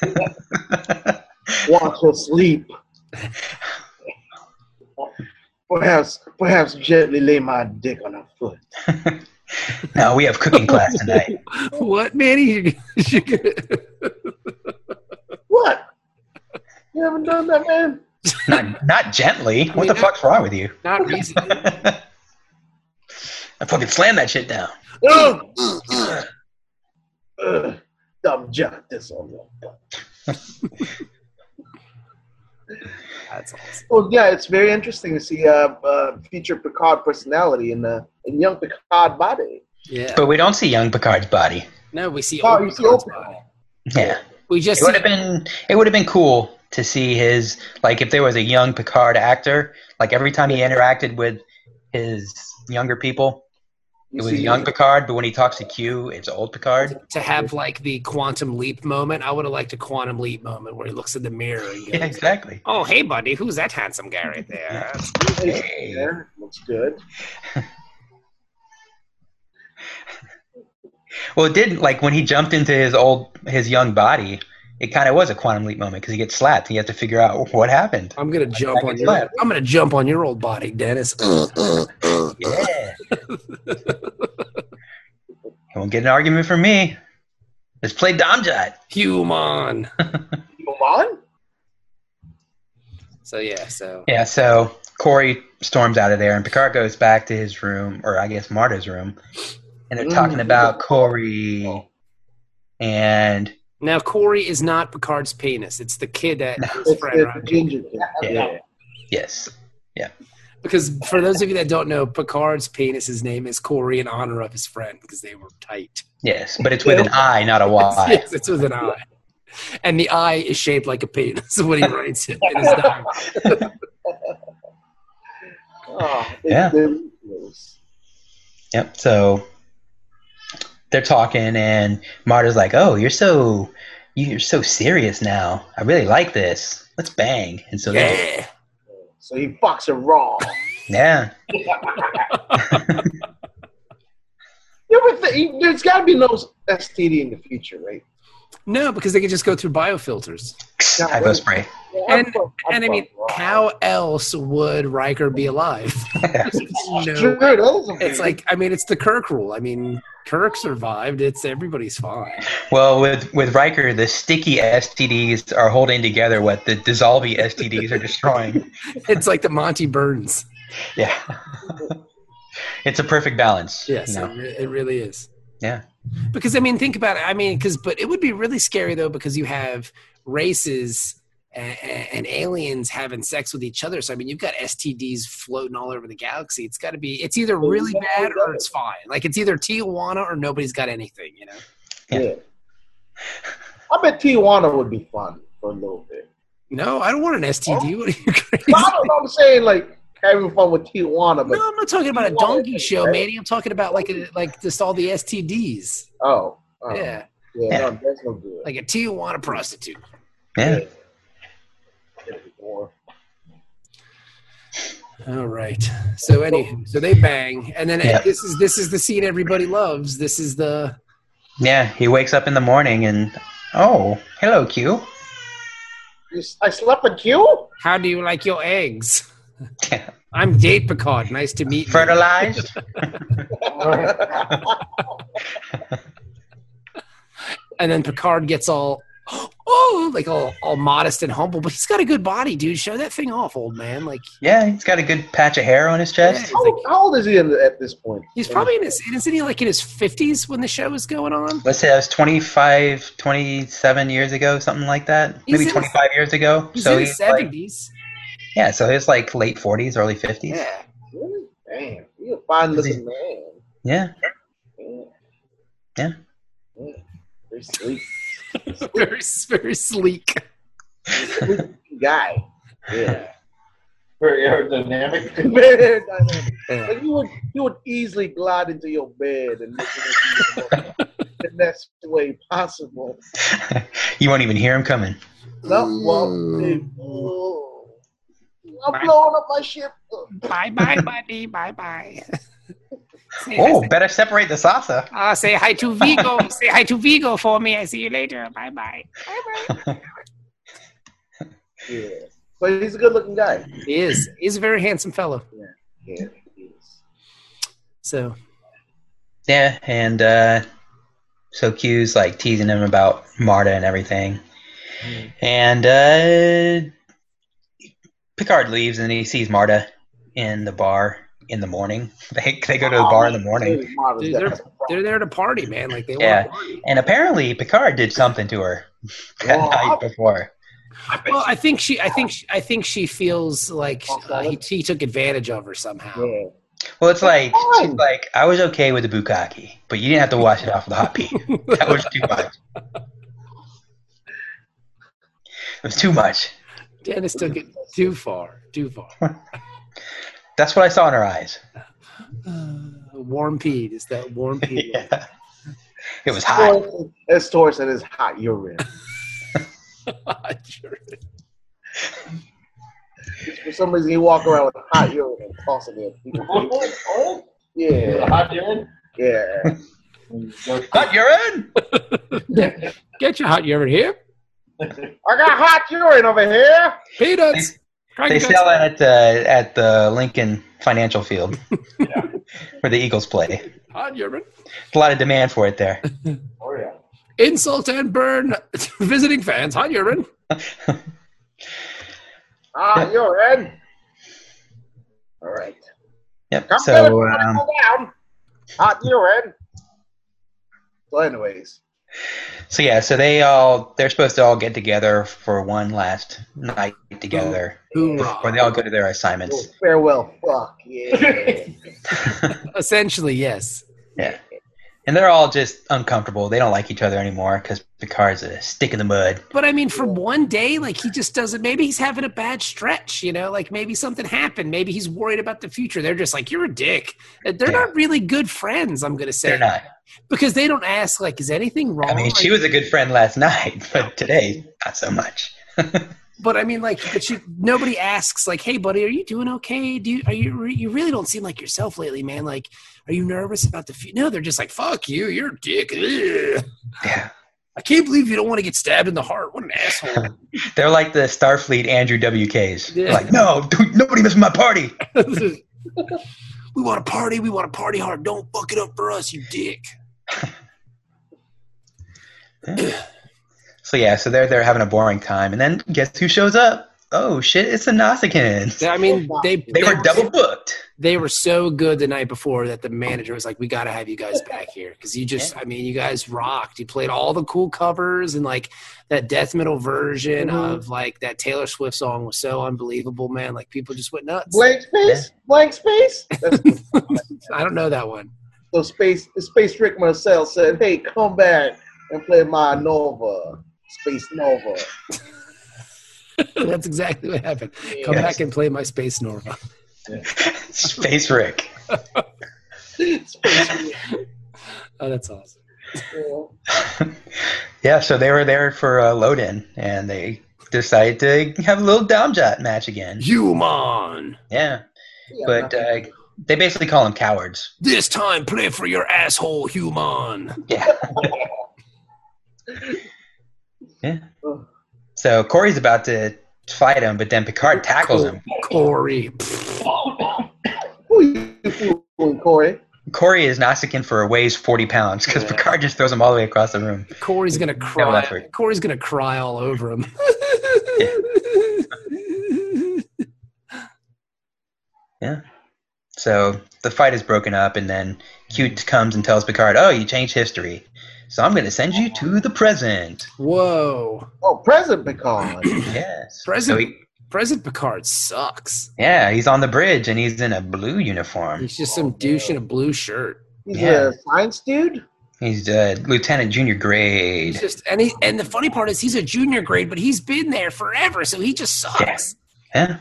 Speaker 4: want to sleep. Perhaps, perhaps gently lay my dick on her foot.
Speaker 3: No, we have cooking class tonight.
Speaker 2: what, Manny? You're gonna-
Speaker 4: What? You haven't done that, man.
Speaker 3: not, not gently. What the
Speaker 2: mean,
Speaker 3: fuck's wrong with you?
Speaker 2: Not recently.
Speaker 3: I fucking slammed that shit down.
Speaker 4: Ugh,
Speaker 2: Oh!
Speaker 4: ugh, ugh. Ugh, Uh, Dumb junk, this on your butt.
Speaker 2: That's awesome.
Speaker 4: Well, yeah, it's very interesting to see uh, uh, future Picard personality in the in young Picard body.
Speaker 2: Yeah.
Speaker 3: But we don't see young Picard's body.
Speaker 2: No, we see.
Speaker 4: Oh,
Speaker 2: old
Speaker 4: you see
Speaker 2: Picard's
Speaker 4: old
Speaker 2: body.
Speaker 3: Yeah,
Speaker 2: We just
Speaker 3: it
Speaker 2: see
Speaker 3: would have been it would have been cool to see his like if there was a young Picard actor. Like every time he interacted with his younger people,
Speaker 4: You
Speaker 3: it was
Speaker 4: see-
Speaker 3: young Picard. But when he talks to Q, it's old Picard.
Speaker 2: to have like the quantum leap moment. I would have liked a quantum leap moment where he looks in the mirror and goes,
Speaker 3: Yeah, exactly.
Speaker 2: "Oh, hey, buddy, who's that handsome guy right there?"
Speaker 3: Hey.
Speaker 4: Yeah, looks good.
Speaker 3: Well, it did like when he jumped into his old his young body. It kind of was a quantum leap moment because he gets slapped. And you have to figure out what happened.
Speaker 2: I'm gonna jump on
Speaker 3: second
Speaker 2: your.
Speaker 3: left.
Speaker 2: I'm gonna jump on your old body, Dennis.
Speaker 3: Yeah. he won't get an argument from me. Let's play Domjot.
Speaker 2: Human.
Speaker 4: Move on.
Speaker 2: So yeah. So
Speaker 3: Yeah, so Corey storms out of there, and Picard goes back to his room, or I guess Marta's room, and they're talking
Speaker 2: Mm.
Speaker 3: about Corey. And
Speaker 2: now Corey is not Picard's penis. It's the kid that his
Speaker 4: It's,
Speaker 2: friend
Speaker 4: it's
Speaker 2: Rob-
Speaker 4: ginger. kid.
Speaker 3: yeah, yes,
Speaker 2: Because for those of you that don't know, Picard's penis's name is Corey in honor of his friend because they were tight.
Speaker 3: yes, but it's with an I, not a Y.
Speaker 2: Yes, it's with an eye. And the eye is shaped like a penis when he writes it in his diary.
Speaker 4: Oh, it's
Speaker 3: Yeah.
Speaker 4: delicious.
Speaker 3: Yep. So they're talking, and Marta's like, "Oh, you're so you're so serious now. I really like this. Let's bang." And so they
Speaker 2: Yeah.
Speaker 4: So he fucks her wrong.
Speaker 3: yeah.
Speaker 4: You ever think, there's got to be no STD in the future, right?
Speaker 2: No, because they could just go through biofilters.
Speaker 3: Hypo spray.
Speaker 2: And- And I mean, how else would Riker be alive?
Speaker 4: Sure,
Speaker 2: no.
Speaker 4: that was a
Speaker 2: It's like, I mean, it's the Kirk rule. I mean, Kirk survived. It's everybody's fine.
Speaker 3: Well, with with Riker, the sticky STDs are holding together what the dissolving STDs are destroying.
Speaker 2: It's like the Monty Burns.
Speaker 3: Yeah, it's a perfect balance.
Speaker 2: Yes,
Speaker 3: you know.
Speaker 2: it, re- it really is.
Speaker 3: Yeah.
Speaker 2: Because I mean, think about it. I mean, because but it would be really scary though, because you have races and, and aliens having sex with each other. So I mean, you've got STDs floating all over the galaxy. It's got to be. It's either really bad or it's fine. Like it's either Tijuana or nobody's got anything. You know.
Speaker 4: yeah. I bet Tijuana would be fun for a little bit.
Speaker 2: No, I don't want an
Speaker 4: Oh.
Speaker 2: STD. What are you crazy?
Speaker 4: But I don't know. I'm saying like having fun with Tijuana, but
Speaker 2: No, I'm not talking about a donkey show,
Speaker 4: Right?
Speaker 2: Manny. I'm talking about like a, like just all the STDs.
Speaker 4: oh, oh, yeah,
Speaker 2: Yeah,
Speaker 4: No, that's no good.
Speaker 2: like a Tijuana prostitute.
Speaker 3: Yeah.
Speaker 4: Or-
Speaker 2: All right. So anywho, so they bang, and then
Speaker 3: Yeah.
Speaker 2: this is this is the scene everybody loves. This is the
Speaker 3: Yeah, he wakes up in the morning and oh, hello Q.
Speaker 4: You s- I slept with you.
Speaker 2: how do you like your eggs?
Speaker 3: Yeah.
Speaker 2: I'm Date Picard. Nice to meet you.
Speaker 3: Fertilized.
Speaker 2: And then Picard gets all oh, like all, all modest and humble, but he's got a good body, dude. Show that thing off, old man. Like
Speaker 3: yeah, he's got a good patch of hair on his chest.
Speaker 4: How, how old is he in, at this point?
Speaker 2: he's probably in his isn't he like in his fifties when the show is going on?
Speaker 3: Let's say that was 25, 27 years ago, something like that.
Speaker 2: He's in
Speaker 3: Maybe
Speaker 2: his-
Speaker 3: 25 years ago.
Speaker 2: He's
Speaker 3: so
Speaker 2: in his
Speaker 3: he's like,
Speaker 2: seventies.
Speaker 3: yeah, so he's like late 40s, early 50s.
Speaker 2: yeah.
Speaker 4: Really? Damn, he's a fine looking man.
Speaker 3: yeah.
Speaker 4: Yeah.
Speaker 3: Yeah.
Speaker 4: Yeah. Very sweet
Speaker 2: very very sleek.
Speaker 4: guy. Yeah.
Speaker 5: Very aerodynamic.
Speaker 4: Very dynamic.
Speaker 2: Yeah.
Speaker 4: Like you would you would easily glide into your bed and make it the best way possible.
Speaker 3: you won't even hear him coming.
Speaker 4: No, well, dude, oh, I'm blowing up my ship.
Speaker 2: Bye bye, buddy. Bye bye.
Speaker 3: Oh, better separate the salsa.
Speaker 2: Uh, say hi to Vigo. say hi to Vigo for me. I see you later. Bye bye.
Speaker 4: Yeah. But he's a good looking guy.
Speaker 2: He is. He's a very handsome fellow.
Speaker 4: Yeah, he is.
Speaker 2: So
Speaker 3: Yeah, and uh, so Q's like teasing him about Marta and everything. Mm. And uh, Picard leaves and he sees Marta in the bar in the morning. They, they go to the bar in the morning.
Speaker 4: Dude, Marvin's
Speaker 2: Dude,
Speaker 4: got
Speaker 2: they're-
Speaker 4: that problem.
Speaker 2: they're there to party, man. Like they
Speaker 3: Yeah.
Speaker 2: want to party.
Speaker 3: And apparently Picard did something to her that
Speaker 4: Well,
Speaker 3: night before.
Speaker 2: Well, I think she. I think. She, I think she feels like uh, he, he took advantage of her somehow.
Speaker 4: Yeah.
Speaker 3: Well, it's like, she's
Speaker 4: on.
Speaker 3: like I was okay with the bukkake, but you didn't have to wash it off with a hot pee. That was too much. It was too much.
Speaker 2: Dennis took it too far. Too far.
Speaker 3: That's what I saw in her eyes.
Speaker 2: Uh, warm peed is that warm peed. look.
Speaker 3: Yeah. It was hot.
Speaker 4: Torres- It's Taurus and it's hot urine.
Speaker 2: Sure.
Speaker 4: For some reason, he walk around with hot urine and tossing it. at people. Yeah,
Speaker 5: Hot urine?
Speaker 4: yeah.
Speaker 3: Hot urine.
Speaker 2: Get your hot yogurt here.
Speaker 4: I got hot urine over here.
Speaker 2: Peanuts.
Speaker 3: They sell it at the at the Lincoln Financial Field, where the Eagles play.
Speaker 2: hot yogurt.
Speaker 3: There's a lot of demand for it there.
Speaker 5: Oh, yeah.
Speaker 2: Insult and burn visiting fans. Hot urine.
Speaker 4: Hot urine. All right.
Speaker 3: Yep.
Speaker 4: Come so,
Speaker 3: So um,
Speaker 4: down. Hot urine. So, anyways,
Speaker 3: so yeah. So they all they're supposed to all get together for one last night together, or
Speaker 2: Hoorah.
Speaker 3: they all go to their assignments.
Speaker 4: farewell. Fuck yeah.
Speaker 2: Essentially, yes.
Speaker 3: Yeah. And they're all just uncomfortable. They don't like each other anymore because Picard's a stick in the mud.
Speaker 2: But I mean, for one day, like he just doesn't. Maybe he's having a bad stretch, you know. Like maybe something happened. Maybe he's worried about the future. They're just like, "You're a dick." They're not really good friends. I'm gonna say
Speaker 3: They're not.
Speaker 2: because they don't ask like, "Is anything wrong?"
Speaker 3: I mean, she
Speaker 2: Like,
Speaker 3: was a good friend last night, but today not so much.
Speaker 2: but I mean, like, but she nobody asks like, "Hey, buddy, are you doing okay? Do you are you you really don't seem like yourself lately, man? Like, are you nervous about the future?" No, they're just like, "Fuck you, you're a dick." Ugh.
Speaker 3: Yeah.
Speaker 2: I can't believe you don't want to get stabbed in the heart. What an asshole.
Speaker 3: They're like the Starfleet Andrew WKs.
Speaker 2: Yeah.
Speaker 3: Like, no, dude, nobody missed my party.
Speaker 2: we want to party. We want to party hard. Don't fuck it up for us, you dick.
Speaker 3: So yeah, so they're they're having a boring time, and then guess who shows up? Oh shit, it's the Nausicaans.
Speaker 2: I mean, they
Speaker 3: They were double booked.
Speaker 2: They were so good the night before that the manager was like, "We got to have you guys back here because you just, I mean, you guys rocked. You played all the cool covers and like that death metal version
Speaker 3: Mm-hmm.
Speaker 2: of like that Taylor Swift song was so unbelievable, man. Like people just went nuts.
Speaker 4: Blank space, blank space. That's
Speaker 2: I don't know that one.
Speaker 4: so space. Space Rick Marcel said, "Hey, come back and play my Nova, Space Nova."
Speaker 2: That's exactly what happened. Come
Speaker 3: Yes.
Speaker 2: back and play my Space Norva.
Speaker 3: Space Rick.
Speaker 4: Space Rick,
Speaker 2: Oh, that's awesome.
Speaker 4: you know.
Speaker 3: Yeah, so they were there for uh, load in, and they decided to have a little Domjot match again.
Speaker 2: Human.
Speaker 3: Yeah,
Speaker 4: Yeah,
Speaker 3: but
Speaker 4: man.
Speaker 3: uh, they basically call them cowards.
Speaker 2: This time, play for your asshole, human.
Speaker 3: Yeah. yeah. So Corey's about to fight him, but then Picard tackles him.
Speaker 2: Corey.
Speaker 4: who you fooling, Corey?
Speaker 3: Corey is Nausicaan for a weighs 40 pounds because
Speaker 2: Yeah.
Speaker 3: Picard just throws him all the way across the room.
Speaker 2: Corey's gonna cry.
Speaker 3: effort.
Speaker 2: Corey's gonna cry all over him.
Speaker 3: So the fight is broken up, and then
Speaker 2: Mm-hmm.
Speaker 3: Cute comes and tells Picard, Oh, you changed history. So I'm going to send you to the present.
Speaker 2: Whoa,
Speaker 4: Oh, present Picard.
Speaker 3: Yes.
Speaker 2: Present.
Speaker 3: So he-
Speaker 2: President Picard sucks.
Speaker 3: yeah, he's on the bridge and he's in a blue uniform.
Speaker 2: He's just some douche in a blue shirt.
Speaker 4: He's
Speaker 3: Yeah.
Speaker 4: a science dude.
Speaker 3: He's uh, Lieutenant Junior
Speaker 2: He's
Speaker 3: Grade.
Speaker 2: just and he, and the funny part is he's a junior grade, but he's been there forever, so he just sucks.
Speaker 3: Yeah.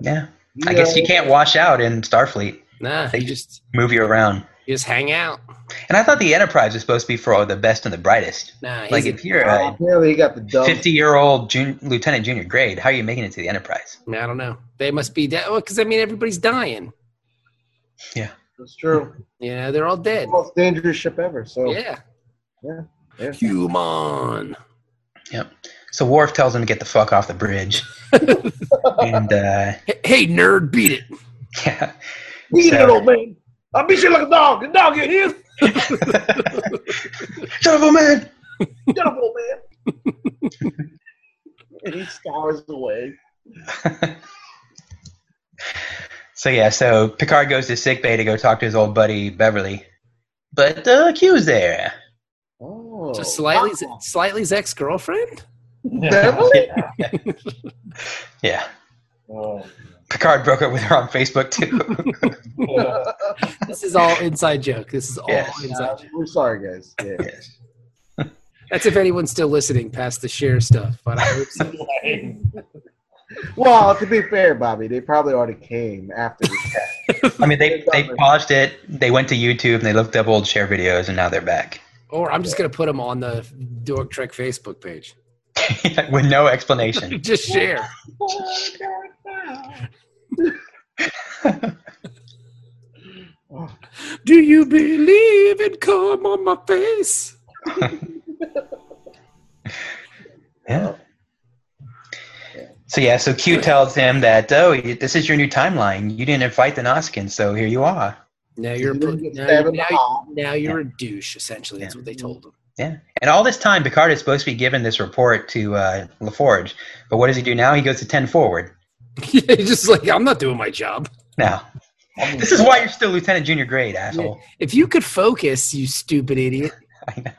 Speaker 3: Yeah. I guess
Speaker 4: uh,
Speaker 3: you can't wash out in Starfleet,
Speaker 2: Nah, he just
Speaker 3: move you around.
Speaker 2: he just hang out.
Speaker 3: And I thought the Enterprise was supposed to be for all the best and the brightest.
Speaker 2: Nah, he's
Speaker 3: Like,
Speaker 2: a-
Speaker 3: if you're
Speaker 4: Oh,
Speaker 3: a
Speaker 4: apparently, he got the dumb.
Speaker 3: 50 year old jun- Lieutenant Junior Grade, how are you making it to the Enterprise?
Speaker 2: I, mean, I don't know. They must be dead because I mean everybody's dying.
Speaker 4: That's true.
Speaker 2: You know, they're all dead.
Speaker 4: Most dangerous ship ever. So
Speaker 2: Yeah.
Speaker 4: yeah.
Speaker 2: Human.
Speaker 3: So Worf tells him to get the fuck off the bridge. and uh,
Speaker 2: Hey, hey, nerd, beat it.
Speaker 3: yeah.
Speaker 4: Beat
Speaker 3: So-
Speaker 4: it, old man. I beat you like a dog. The dog in here.
Speaker 3: Shut up, old man!
Speaker 4: Shut up, old man. and he scours away.
Speaker 3: So yeah, so Picard goes to sickbay to go talk to his old buddy Beverly, but uh, Q's there.
Speaker 4: Oh.
Speaker 2: So slightly, slightly's ex girlfriend.
Speaker 4: Beverly?
Speaker 3: Yeah,
Speaker 5: Oh,
Speaker 3: Picard broke up with her on Facebook too.
Speaker 5: yeah.
Speaker 2: This is all inside joke. This is all
Speaker 3: Yes.
Speaker 2: inside.
Speaker 4: Uh,
Speaker 2: Joke.
Speaker 4: we're sorry, guys. Yeah.
Speaker 3: yes.
Speaker 2: That's if anyone's still listening past the share stuff. But I hope so.
Speaker 4: Well, to be fair, Bobby, they probably already came after the cat.
Speaker 3: I mean, they they paused it. They went to YouTube and they looked up old share videos, and now they're back
Speaker 2: or I'm just gonna put them on the Dork Trek Facebook page.
Speaker 3: with no explanation.
Speaker 2: Just share. Do you believe in cum on my face?
Speaker 3: Yeah. So yeah, so Q tells him that oh, you- this is your new timeline. You didn't fight the Noskin, so here you are.
Speaker 2: Now you're a,
Speaker 4: You're
Speaker 2: pl-
Speaker 4: just
Speaker 2: now,
Speaker 4: stabbing the
Speaker 2: now,
Speaker 4: eye.
Speaker 2: now you're a douche. Essentially, that's what they told him.
Speaker 3: Yeah. And all this time, Picard is supposed to be giving this report to uh, LaForge, but what does he do now? He goes to ten forward.
Speaker 2: He's just like I'm not doing my job.
Speaker 3: Now, this is why you're still Lieutenant Junior Grade, asshole.
Speaker 2: If you could focus, you stupid idiot.
Speaker 3: I know.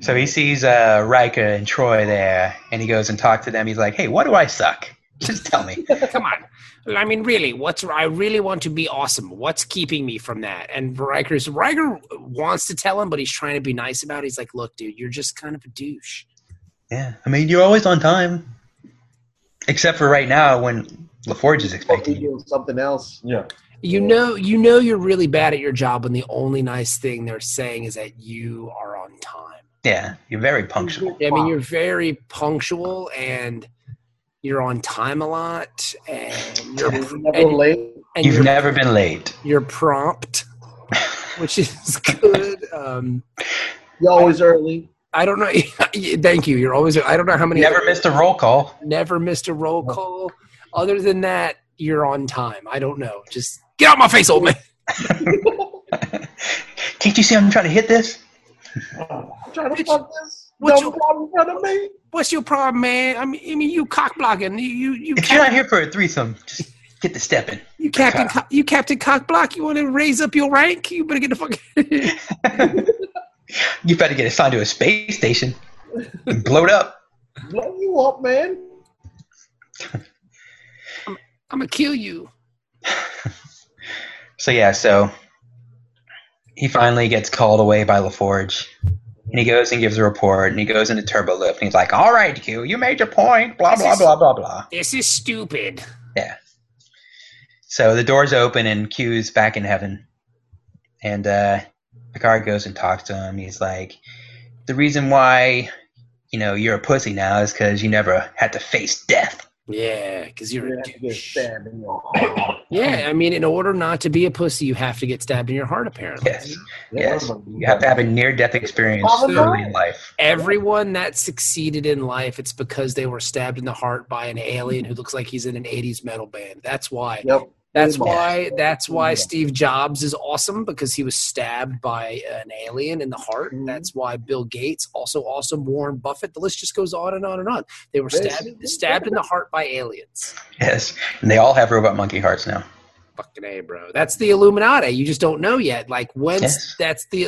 Speaker 3: So he sees uh, Riker and Troy there, and he goes and talks to them. He's like, "Hey, what do I suck? Just tell me."
Speaker 2: Come on. I mean, really, what's I really want to be awesome. What's keeping me from that? And Riker's Riker wants to tell him, but he's trying to be nice about it. He's like, look, dude, you're just kind of a douche.
Speaker 3: yeah, I mean, you're always on time, except for right now when LaForge is
Speaker 4: Probably
Speaker 3: expecting you.
Speaker 4: doing something else.
Speaker 5: yeah.
Speaker 2: You know, you know you're really bad at your job when the only nice thing they're saying is that you are on time.
Speaker 3: Yeah, you're very punctual.
Speaker 2: I mean, you're very punctual and you're on time a lot and you're
Speaker 4: He's never
Speaker 2: and,
Speaker 4: late.
Speaker 2: and
Speaker 3: You've
Speaker 2: you're,
Speaker 3: never been late.
Speaker 2: you're prompt, which is good. Um
Speaker 4: You're always early.
Speaker 2: I don't know. Thank you. You're always. I don't know how many.
Speaker 3: Never missed a roll call.
Speaker 2: never missed a roll call. Other than that, you're on time. I don't know. Just get out my face, old man.
Speaker 3: Can't you see I'm trying to hit this?
Speaker 4: Trying to
Speaker 2: Bitch,
Speaker 4: fuck this
Speaker 2: what
Speaker 4: dumb
Speaker 2: you-
Speaker 4: blob in front of me.
Speaker 2: What's your problem, man? I mean, I mean, you cock blocking. You you you,
Speaker 3: If you're not
Speaker 2: cap-
Speaker 3: here for a threesome, just get the step in.
Speaker 2: you captain Co- you captain cock block. You want to raise up your rank? You better get the fuck.
Speaker 3: You better get assigned to a space station and blow it up.
Speaker 4: Blow you up, man.
Speaker 2: I'm gonna kill you.
Speaker 3: So yeah, so he finally gets called away by LaForge. And he goes and gives a report and he goes into Turbo Lift and he's like, All right, Q, you made your point, blah blah blah blah blah.
Speaker 2: This is stupid.
Speaker 3: So the doors open and Q's back in heaven. And uh, Picard goes and talks to him. He's like, The reason why, you know, you're a pussy now is because you never had to face death.
Speaker 2: Yeah, because you're
Speaker 4: You
Speaker 2: a
Speaker 4: have to get
Speaker 2: douche.
Speaker 4: stabbed in
Speaker 5: Oh,
Speaker 4: your heart.
Speaker 2: Yeah, I mean, in order not to be a pussy, you have to get stabbed in your heart. Apparently,
Speaker 3: Yes. Yes. You have to have a near death experience
Speaker 4: Mama
Speaker 3: early in
Speaker 4: knows.
Speaker 3: life.
Speaker 2: everyone that succeeded in life, it's because they were stabbed in the heart by an alien who looks like he's in an '80s metal band. That's why.
Speaker 4: Yep.
Speaker 2: That's
Speaker 4: Pretty much.
Speaker 2: why. That's why
Speaker 4: Yeah.
Speaker 2: Steve Jobs is awesome because he was stabbed by an alien in the heart.
Speaker 4: Mhm.
Speaker 2: That's why Bill Gates also awesome. Warren Buffett. The list just goes on and on and on. They were
Speaker 4: Yes.
Speaker 2: stabbed stabbed in the heart by aliens.
Speaker 3: Yes. And they all have robot monkey hearts now.
Speaker 2: Fucking a, bro. That's the Illuminati. You just don't know yet. Like when's
Speaker 3: Yes.
Speaker 2: that's the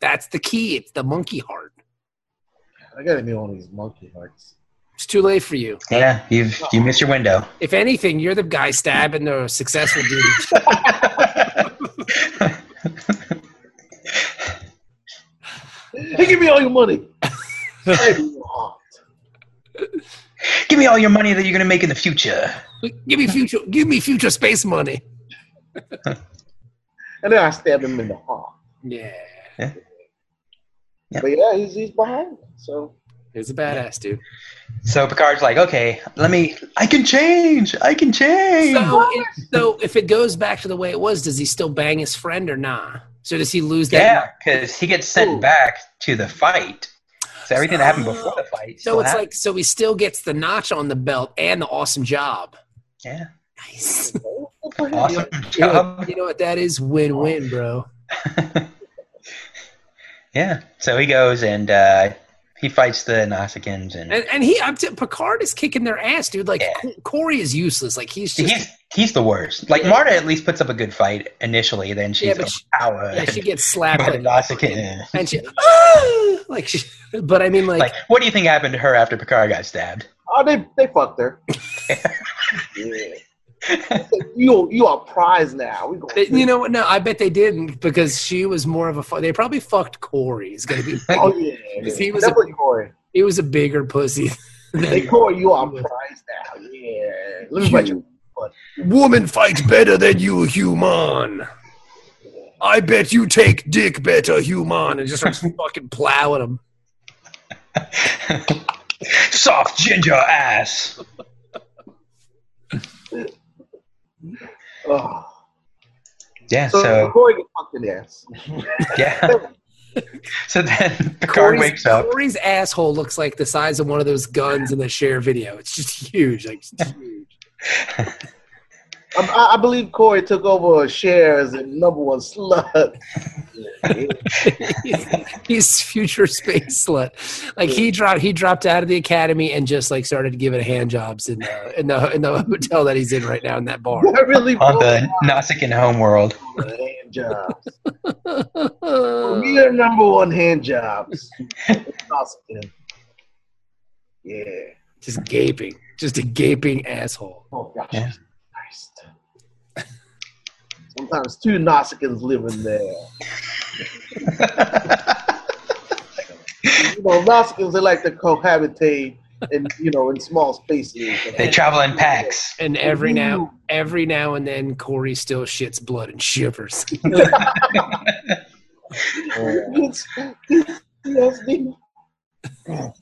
Speaker 2: that's the key. It's the monkey heart.
Speaker 4: I gotta be one of these monkey hearts.
Speaker 2: It's too late for you.
Speaker 3: Yeah, you've you missed your window.
Speaker 2: If anything, you're the guy stabbing the successful dude.
Speaker 4: Hey, give me all your money. Stab in your heart.
Speaker 3: Give me all your money that you're gonna make in the future.
Speaker 2: give me future. Give me future space money.
Speaker 4: and then I stabbed him in the heart.
Speaker 2: Yeah,
Speaker 3: Yep.
Speaker 4: But yeah, he's, he's behind. So
Speaker 2: he's a badass dude.
Speaker 3: So Picard's like, okay, let me. I can change. I can change.
Speaker 2: So, it, so if it goes back to the way it was, does he still bang his friend or nah? So does he lose that?
Speaker 3: yeah, because he gets sent
Speaker 4: Ooh.
Speaker 3: back to the fight. So everything that happened before the fight.
Speaker 2: So
Speaker 3: still
Speaker 2: it's
Speaker 3: happened.
Speaker 2: like so he still gets the notch on the belt and the awesome job.
Speaker 3: yeah,
Speaker 2: Nice. oh,
Speaker 3: awesome
Speaker 2: You know,
Speaker 3: job.
Speaker 2: you know what that is? Win-win, bro.
Speaker 3: yeah. So he goes and uh, he fights the Nausicaans and,
Speaker 2: And and he, I'm t- Picard is kicking their ass, dude. Like
Speaker 3: Yeah.
Speaker 2: Co- Corey is useless. Like he's just
Speaker 3: he's he's the worst. Like Marta at least puts up a good fight initially. Then
Speaker 2: Yeah,
Speaker 3: she's
Speaker 2: but she-
Speaker 3: overpowered
Speaker 2: yeah, she gets slapped
Speaker 3: by the
Speaker 2: like
Speaker 3: Nausicaan.
Speaker 2: and she "Ah!" like she, but I mean like,
Speaker 3: Like, what do you think happened to her after Picard got stabbed?
Speaker 4: oh, they they fucked her. yeah. You you are prize now. We
Speaker 2: they-
Speaker 4: gonna
Speaker 2: you know what? No, I bet they didn't because she was more of a. Fu- they probably fucked Corey. It's gonna be
Speaker 4: Oh yeah, yeah.
Speaker 2: He was a-
Speaker 4: definitely Corey.
Speaker 2: he was a bigger pussy.
Speaker 4: Hey
Speaker 2: Than,
Speaker 4: Corey, you are prize now. Yeah, let me fight you.
Speaker 6: Woman fights better than you, human.
Speaker 2: I bet you take dick better, human, and just starts fucking plowing him.
Speaker 3: Soft ginger ass.
Speaker 4: Oh.
Speaker 3: Yeah.
Speaker 4: So,
Speaker 3: so
Speaker 4: Corey gets fucked in the ass.
Speaker 3: Yeah. so then Picard
Speaker 2: Corey's,
Speaker 3: wakes up.
Speaker 2: Corey's asshole looks like the size of one of those guns in the share video. It's just huge. Like it's huge.
Speaker 4: I, I- I believe Corey took over shares and number one slut.
Speaker 2: He's future space slut. Like he dropped he dropped out of the academy and just like started giving hand jobs in the in the in the hotel that he's in right now in that bar.
Speaker 4: I really
Speaker 3: On the Nausicaan homeworld.
Speaker 4: want hand jobs. We are number one hand jobs. Awesome. Yeah.
Speaker 2: just gaping. Just a gaping asshole.
Speaker 4: Oh gosh.
Speaker 3: Yeah.
Speaker 4: Christ. Sometimes two Nausicaans live in there. You know, Nausicaans they like to cohabitate in you know in small spaces.
Speaker 3: they travel in packs.
Speaker 2: And every now every now and then Corey still shits blood and shivers.
Speaker 4: It's- it's- it's-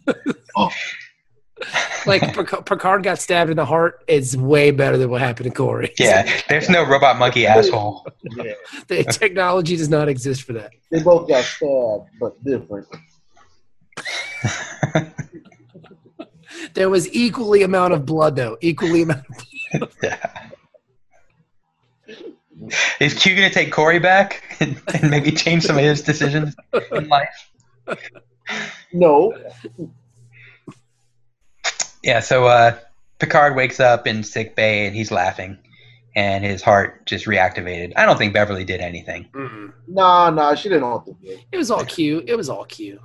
Speaker 2: Like Pic- Picard got stabbed in the heart. It's way better than what happened to Corey.
Speaker 3: Yeah, there's no robot monkey asshole.
Speaker 4: Yeah.
Speaker 2: the technology does not exist for that.
Speaker 4: They both got stabbed, but different.
Speaker 2: There was equally amount of blood though. Equally amount.
Speaker 3: Is Q gonna take Corey back and, and maybe change some of his decisions in life?
Speaker 4: No,
Speaker 3: Yeah. So uh, Picard wakes up in sick bay and he's laughing, and his heart just reactivated. I don't think Beverly did anything.
Speaker 4: nah, nah, she didn't want to do it.
Speaker 2: It was all cute. It was all cute.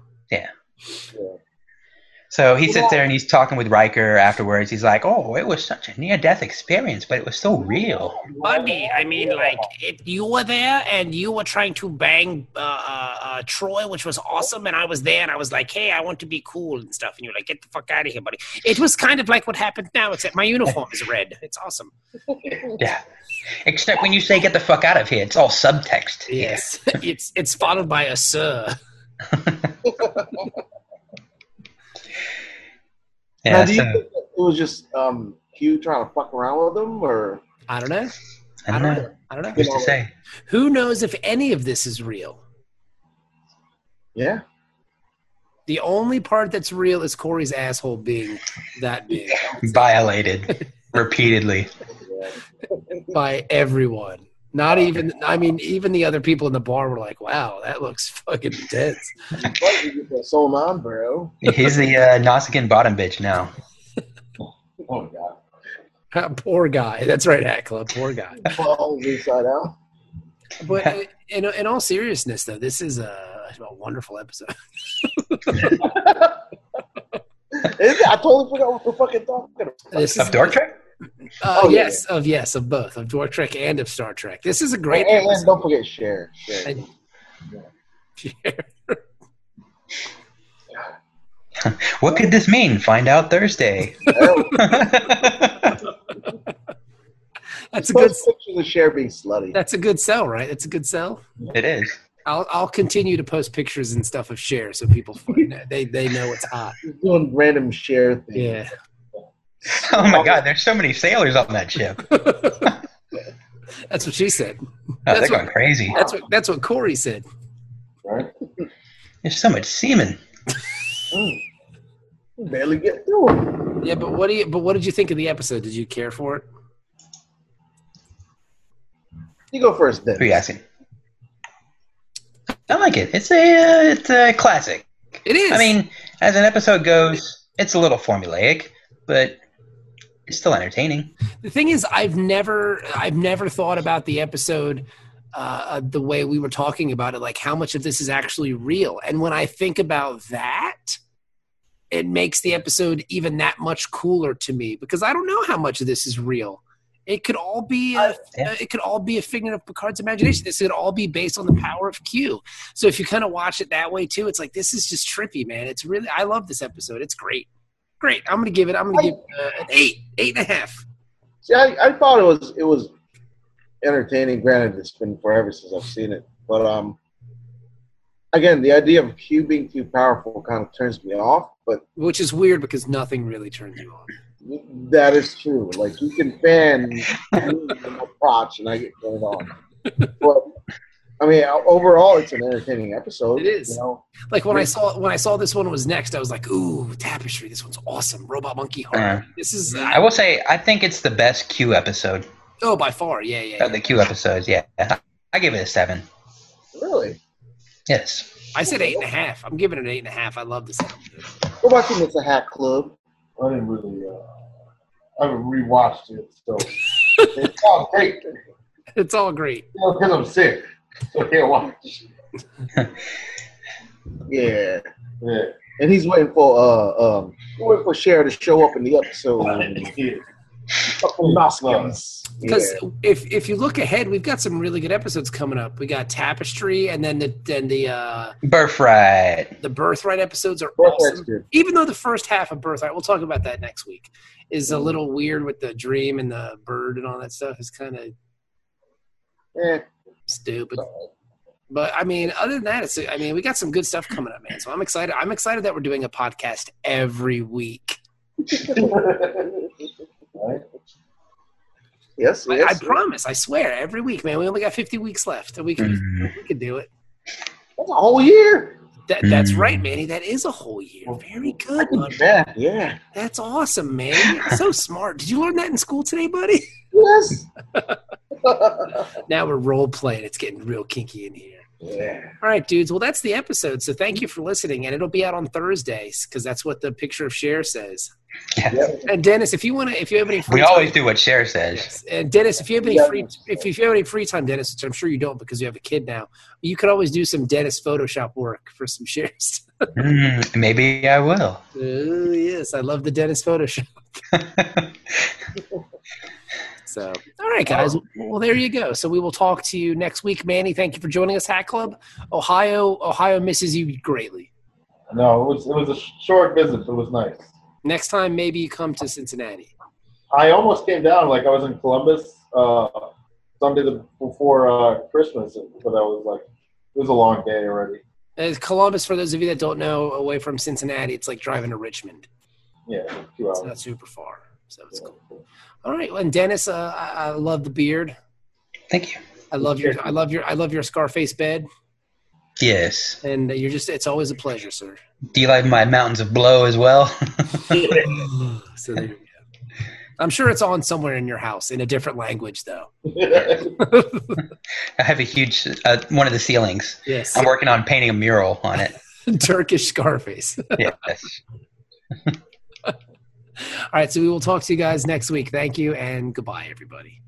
Speaker 3: So he sits there and he's talking with Riker afterwards. He's like, "Oh, it was such a near-death experience, but it was so real."
Speaker 2: Bundy, I mean, like, if you were there and you were trying to bang uh, uh, uh, Troy, which was awesome, and I was there and I was like, hey, I want to be cool and stuff. And you're like, get the fuck out of here, buddy. It was kind of like what happened now, except my uniform is red. It's awesome.
Speaker 3: Yeah. Except when you say "get the fuck out of here," it's all subtext. here.
Speaker 2: Yes. it's it's followed by a sir.
Speaker 3: Yeah.
Speaker 4: now, do you
Speaker 3: so,
Speaker 4: think that it was just um, Q trying to fuck around with him, or
Speaker 2: I don't know.
Speaker 3: I don't know.
Speaker 2: I don't know.
Speaker 3: Who's to say?
Speaker 2: Who knows if any of this is real?
Speaker 4: yeah?
Speaker 2: The only part that's real is Corey's asshole being that big
Speaker 3: Violated repeatedly.
Speaker 4: yeah.
Speaker 2: by everyone. Not even, I mean, even the other people in the bar were like, wow, that looks fucking intense.
Speaker 4: Why did you get that soul on, bro?
Speaker 3: He's the uh, Nausicaan bottom bitch now.
Speaker 4: Oh god,
Speaker 2: poor guy. That's right, Hackla. Poor guy.
Speaker 4: balls inside out.
Speaker 2: But uh, in, in all seriousness, though, this is a, a wonderful episode.
Speaker 4: Is it? I totally forgot what the fucking talking about.
Speaker 2: This is
Speaker 3: Of Dork Trek?
Speaker 2: Uh,
Speaker 4: Oh, yeah.
Speaker 2: yes, of yes, of both, of Dork Trek and of Star Trek. This is a
Speaker 4: And,
Speaker 2: great
Speaker 4: and don't forget share. share.
Speaker 2: episode.
Speaker 3: What could this mean? Find out Thursday.
Speaker 2: That's a good.
Speaker 4: Post pictures of share being slutty.
Speaker 2: That's a good sell, right? That's a good sell.
Speaker 3: it is.
Speaker 2: I'll I'll continue to post pictures and stuff of share so people find it. they they know it's hot.
Speaker 4: He's doing random share things.
Speaker 2: Yeah.
Speaker 3: Oh my god, there's so many sailors on that ship. Oh,
Speaker 2: That's what she said.
Speaker 3: they're
Speaker 2: That's
Speaker 3: going crazy.
Speaker 2: That's what that's what Corey said.
Speaker 5: Right?
Speaker 3: There's so much semen.
Speaker 4: Mm. Barely get through it.
Speaker 2: Yeah, but what do you but what did you think of the episode? Did you care for it?
Speaker 4: You go first, then.
Speaker 3: Who you asking? I like it. It's a uh, it's a classic.
Speaker 2: It is.
Speaker 3: I mean, as an episode goes, it's a little formulaic, but it's still entertaining.
Speaker 2: the thing is i've never i've never thought about the episode uh, the way we were talking about it like how much of this is actually real and when i think about that it makes the episode even that much cooler to me because i don't know how much of this is real it could all be a,
Speaker 3: yeah.
Speaker 2: it could all be a figment of Picard's imagination. This could all be based on the power of Q. So if you kind of watch it that way too, it's like this is just trippy, man. It's really I love this episode. It's great, great. I'm gonna give it. I'm gonna give it uh, an eight, eight and a half.
Speaker 4: See, I, I thought it was it was entertaining. Granted, it's been forever since I've seen it, but um, again, the idea of Q being too powerful kind of turns me off. But
Speaker 2: which is weird because nothing really turns you on.
Speaker 4: that is true. Like you can fan my crotch, and I get turned on. But I mean, o- overall, it's an entertaining episode.
Speaker 2: It is.
Speaker 4: You know,
Speaker 2: Like when I saw when I saw this one was next, I was like, "Ooh, tapestry! This one's awesome. Robot monkey heart.
Speaker 3: Uh-huh. Yeah.
Speaker 2: This is
Speaker 3: I
Speaker 2: I,
Speaker 3: will say, I think it's the best Q episode.
Speaker 2: oh by far, yeah, yeah.
Speaker 3: Uh,
Speaker 2: yeah.
Speaker 3: the Q episodes, yeah. I give it a seven.
Speaker 4: really.
Speaker 3: Yes.
Speaker 2: I said eight and a half. I'm giving it an eight and a half. I love this. episode.
Speaker 4: Go back to It's a Hat Club.
Speaker 5: I didn't really. Uh, I haven't rewatched it, so it's all great. You
Speaker 2: It's all great.
Speaker 5: know, because I'm sick, so I can't watch.
Speaker 4: Yeah,
Speaker 5: Yeah.
Speaker 4: and he's waiting for uh um waiting for Cher to show up in the episode. Noskins.
Speaker 2: Because if if you look ahead, we've got some really good episodes coming up. We got tapestry, and then the then the uh,
Speaker 3: Birthright.
Speaker 2: the birthright episodes are
Speaker 4: Well,
Speaker 2: awesome.
Speaker 4: that's good.
Speaker 2: even though the first half of Birthright, we'll talk about that next week, is
Speaker 4: Mm.
Speaker 2: a little weird with the dream and the bird and all that stuff. It's kind of
Speaker 4: Eh,
Speaker 2: stupid. But I mean, other than that, it's I mean, we got some good stuff coming up, man. So I'm excited. I'm excited that we're doing a podcast every week.
Speaker 5: Right?
Speaker 4: yes, yes.
Speaker 2: I, I promise. I swear. Every week, man. We only got 50 weeks left. And we can,
Speaker 3: Mm.
Speaker 2: we can do it.
Speaker 4: That's a whole year.
Speaker 2: That, that's
Speaker 3: Mm.
Speaker 2: right, Manny. That is a whole year. Very good, bud.
Speaker 4: Yeah, yeah.
Speaker 2: That's awesome, man. You're so smart. Did you learn that in school today, buddy?
Speaker 4: Yes.
Speaker 2: Now we're role playing. It's getting real kinky in here.
Speaker 4: yeah.
Speaker 2: All right, dudes. Well, that's the episode. So thank you for listening, and it'll be out on Thursdays because that's what the picture of Cher says.
Speaker 4: Yep.
Speaker 2: And Dennis, if you want to, if you have any, free
Speaker 3: We always
Speaker 2: time-
Speaker 3: do what Cher says.
Speaker 2: Yes. And Dennis, if you have any
Speaker 4: Yeah.
Speaker 2: free, if, if you have any free time, Dennis, which I'm sure you don't because you have a kid now, you could always do some Dennis Photoshop work for some shares.
Speaker 3: Mm, maybe I will.
Speaker 2: oh yes, I love the Dennis Photoshop. So, um, all right, guys. Well, there you go. So we will talk to you next week, Manny. Thank you for joining us, Hack Club. Ohio, Ohio misses you greatly.
Speaker 5: No, it was it was a sh- short visit, but it was nice.
Speaker 2: Next time, maybe you come to Cincinnati.
Speaker 5: I almost came down, like I was in Columbus uh, Sunday the, before uh, Christmas, but I was like, it was a long day already.
Speaker 2: As Uh, Columbus, for those of you that don't know, away from Cincinnati, it's like driving to Richmond.
Speaker 5: Yeah, it was two
Speaker 2: It's
Speaker 5: hours.
Speaker 2: not super far, so it's cool. All right, well, and Dennis, uh, I, I love the beard.
Speaker 3: Thank you.
Speaker 2: I love your, I love your, I love your Scarface bed,
Speaker 3: Yes.
Speaker 2: and you're just, it's always a pleasure, sir.
Speaker 3: Do you like my mountains of blow as well?
Speaker 2: so there you go. I'm sure it's on somewhere in your house in a different language, though.
Speaker 3: I have a huge uh, one of the ceilings.
Speaker 2: Yes.
Speaker 3: I'm working on painting a mural on it.
Speaker 2: Turkish Scarface.
Speaker 3: Yes.
Speaker 2: All right, so we will talk to you guys next week. Thank you and goodbye, everybody.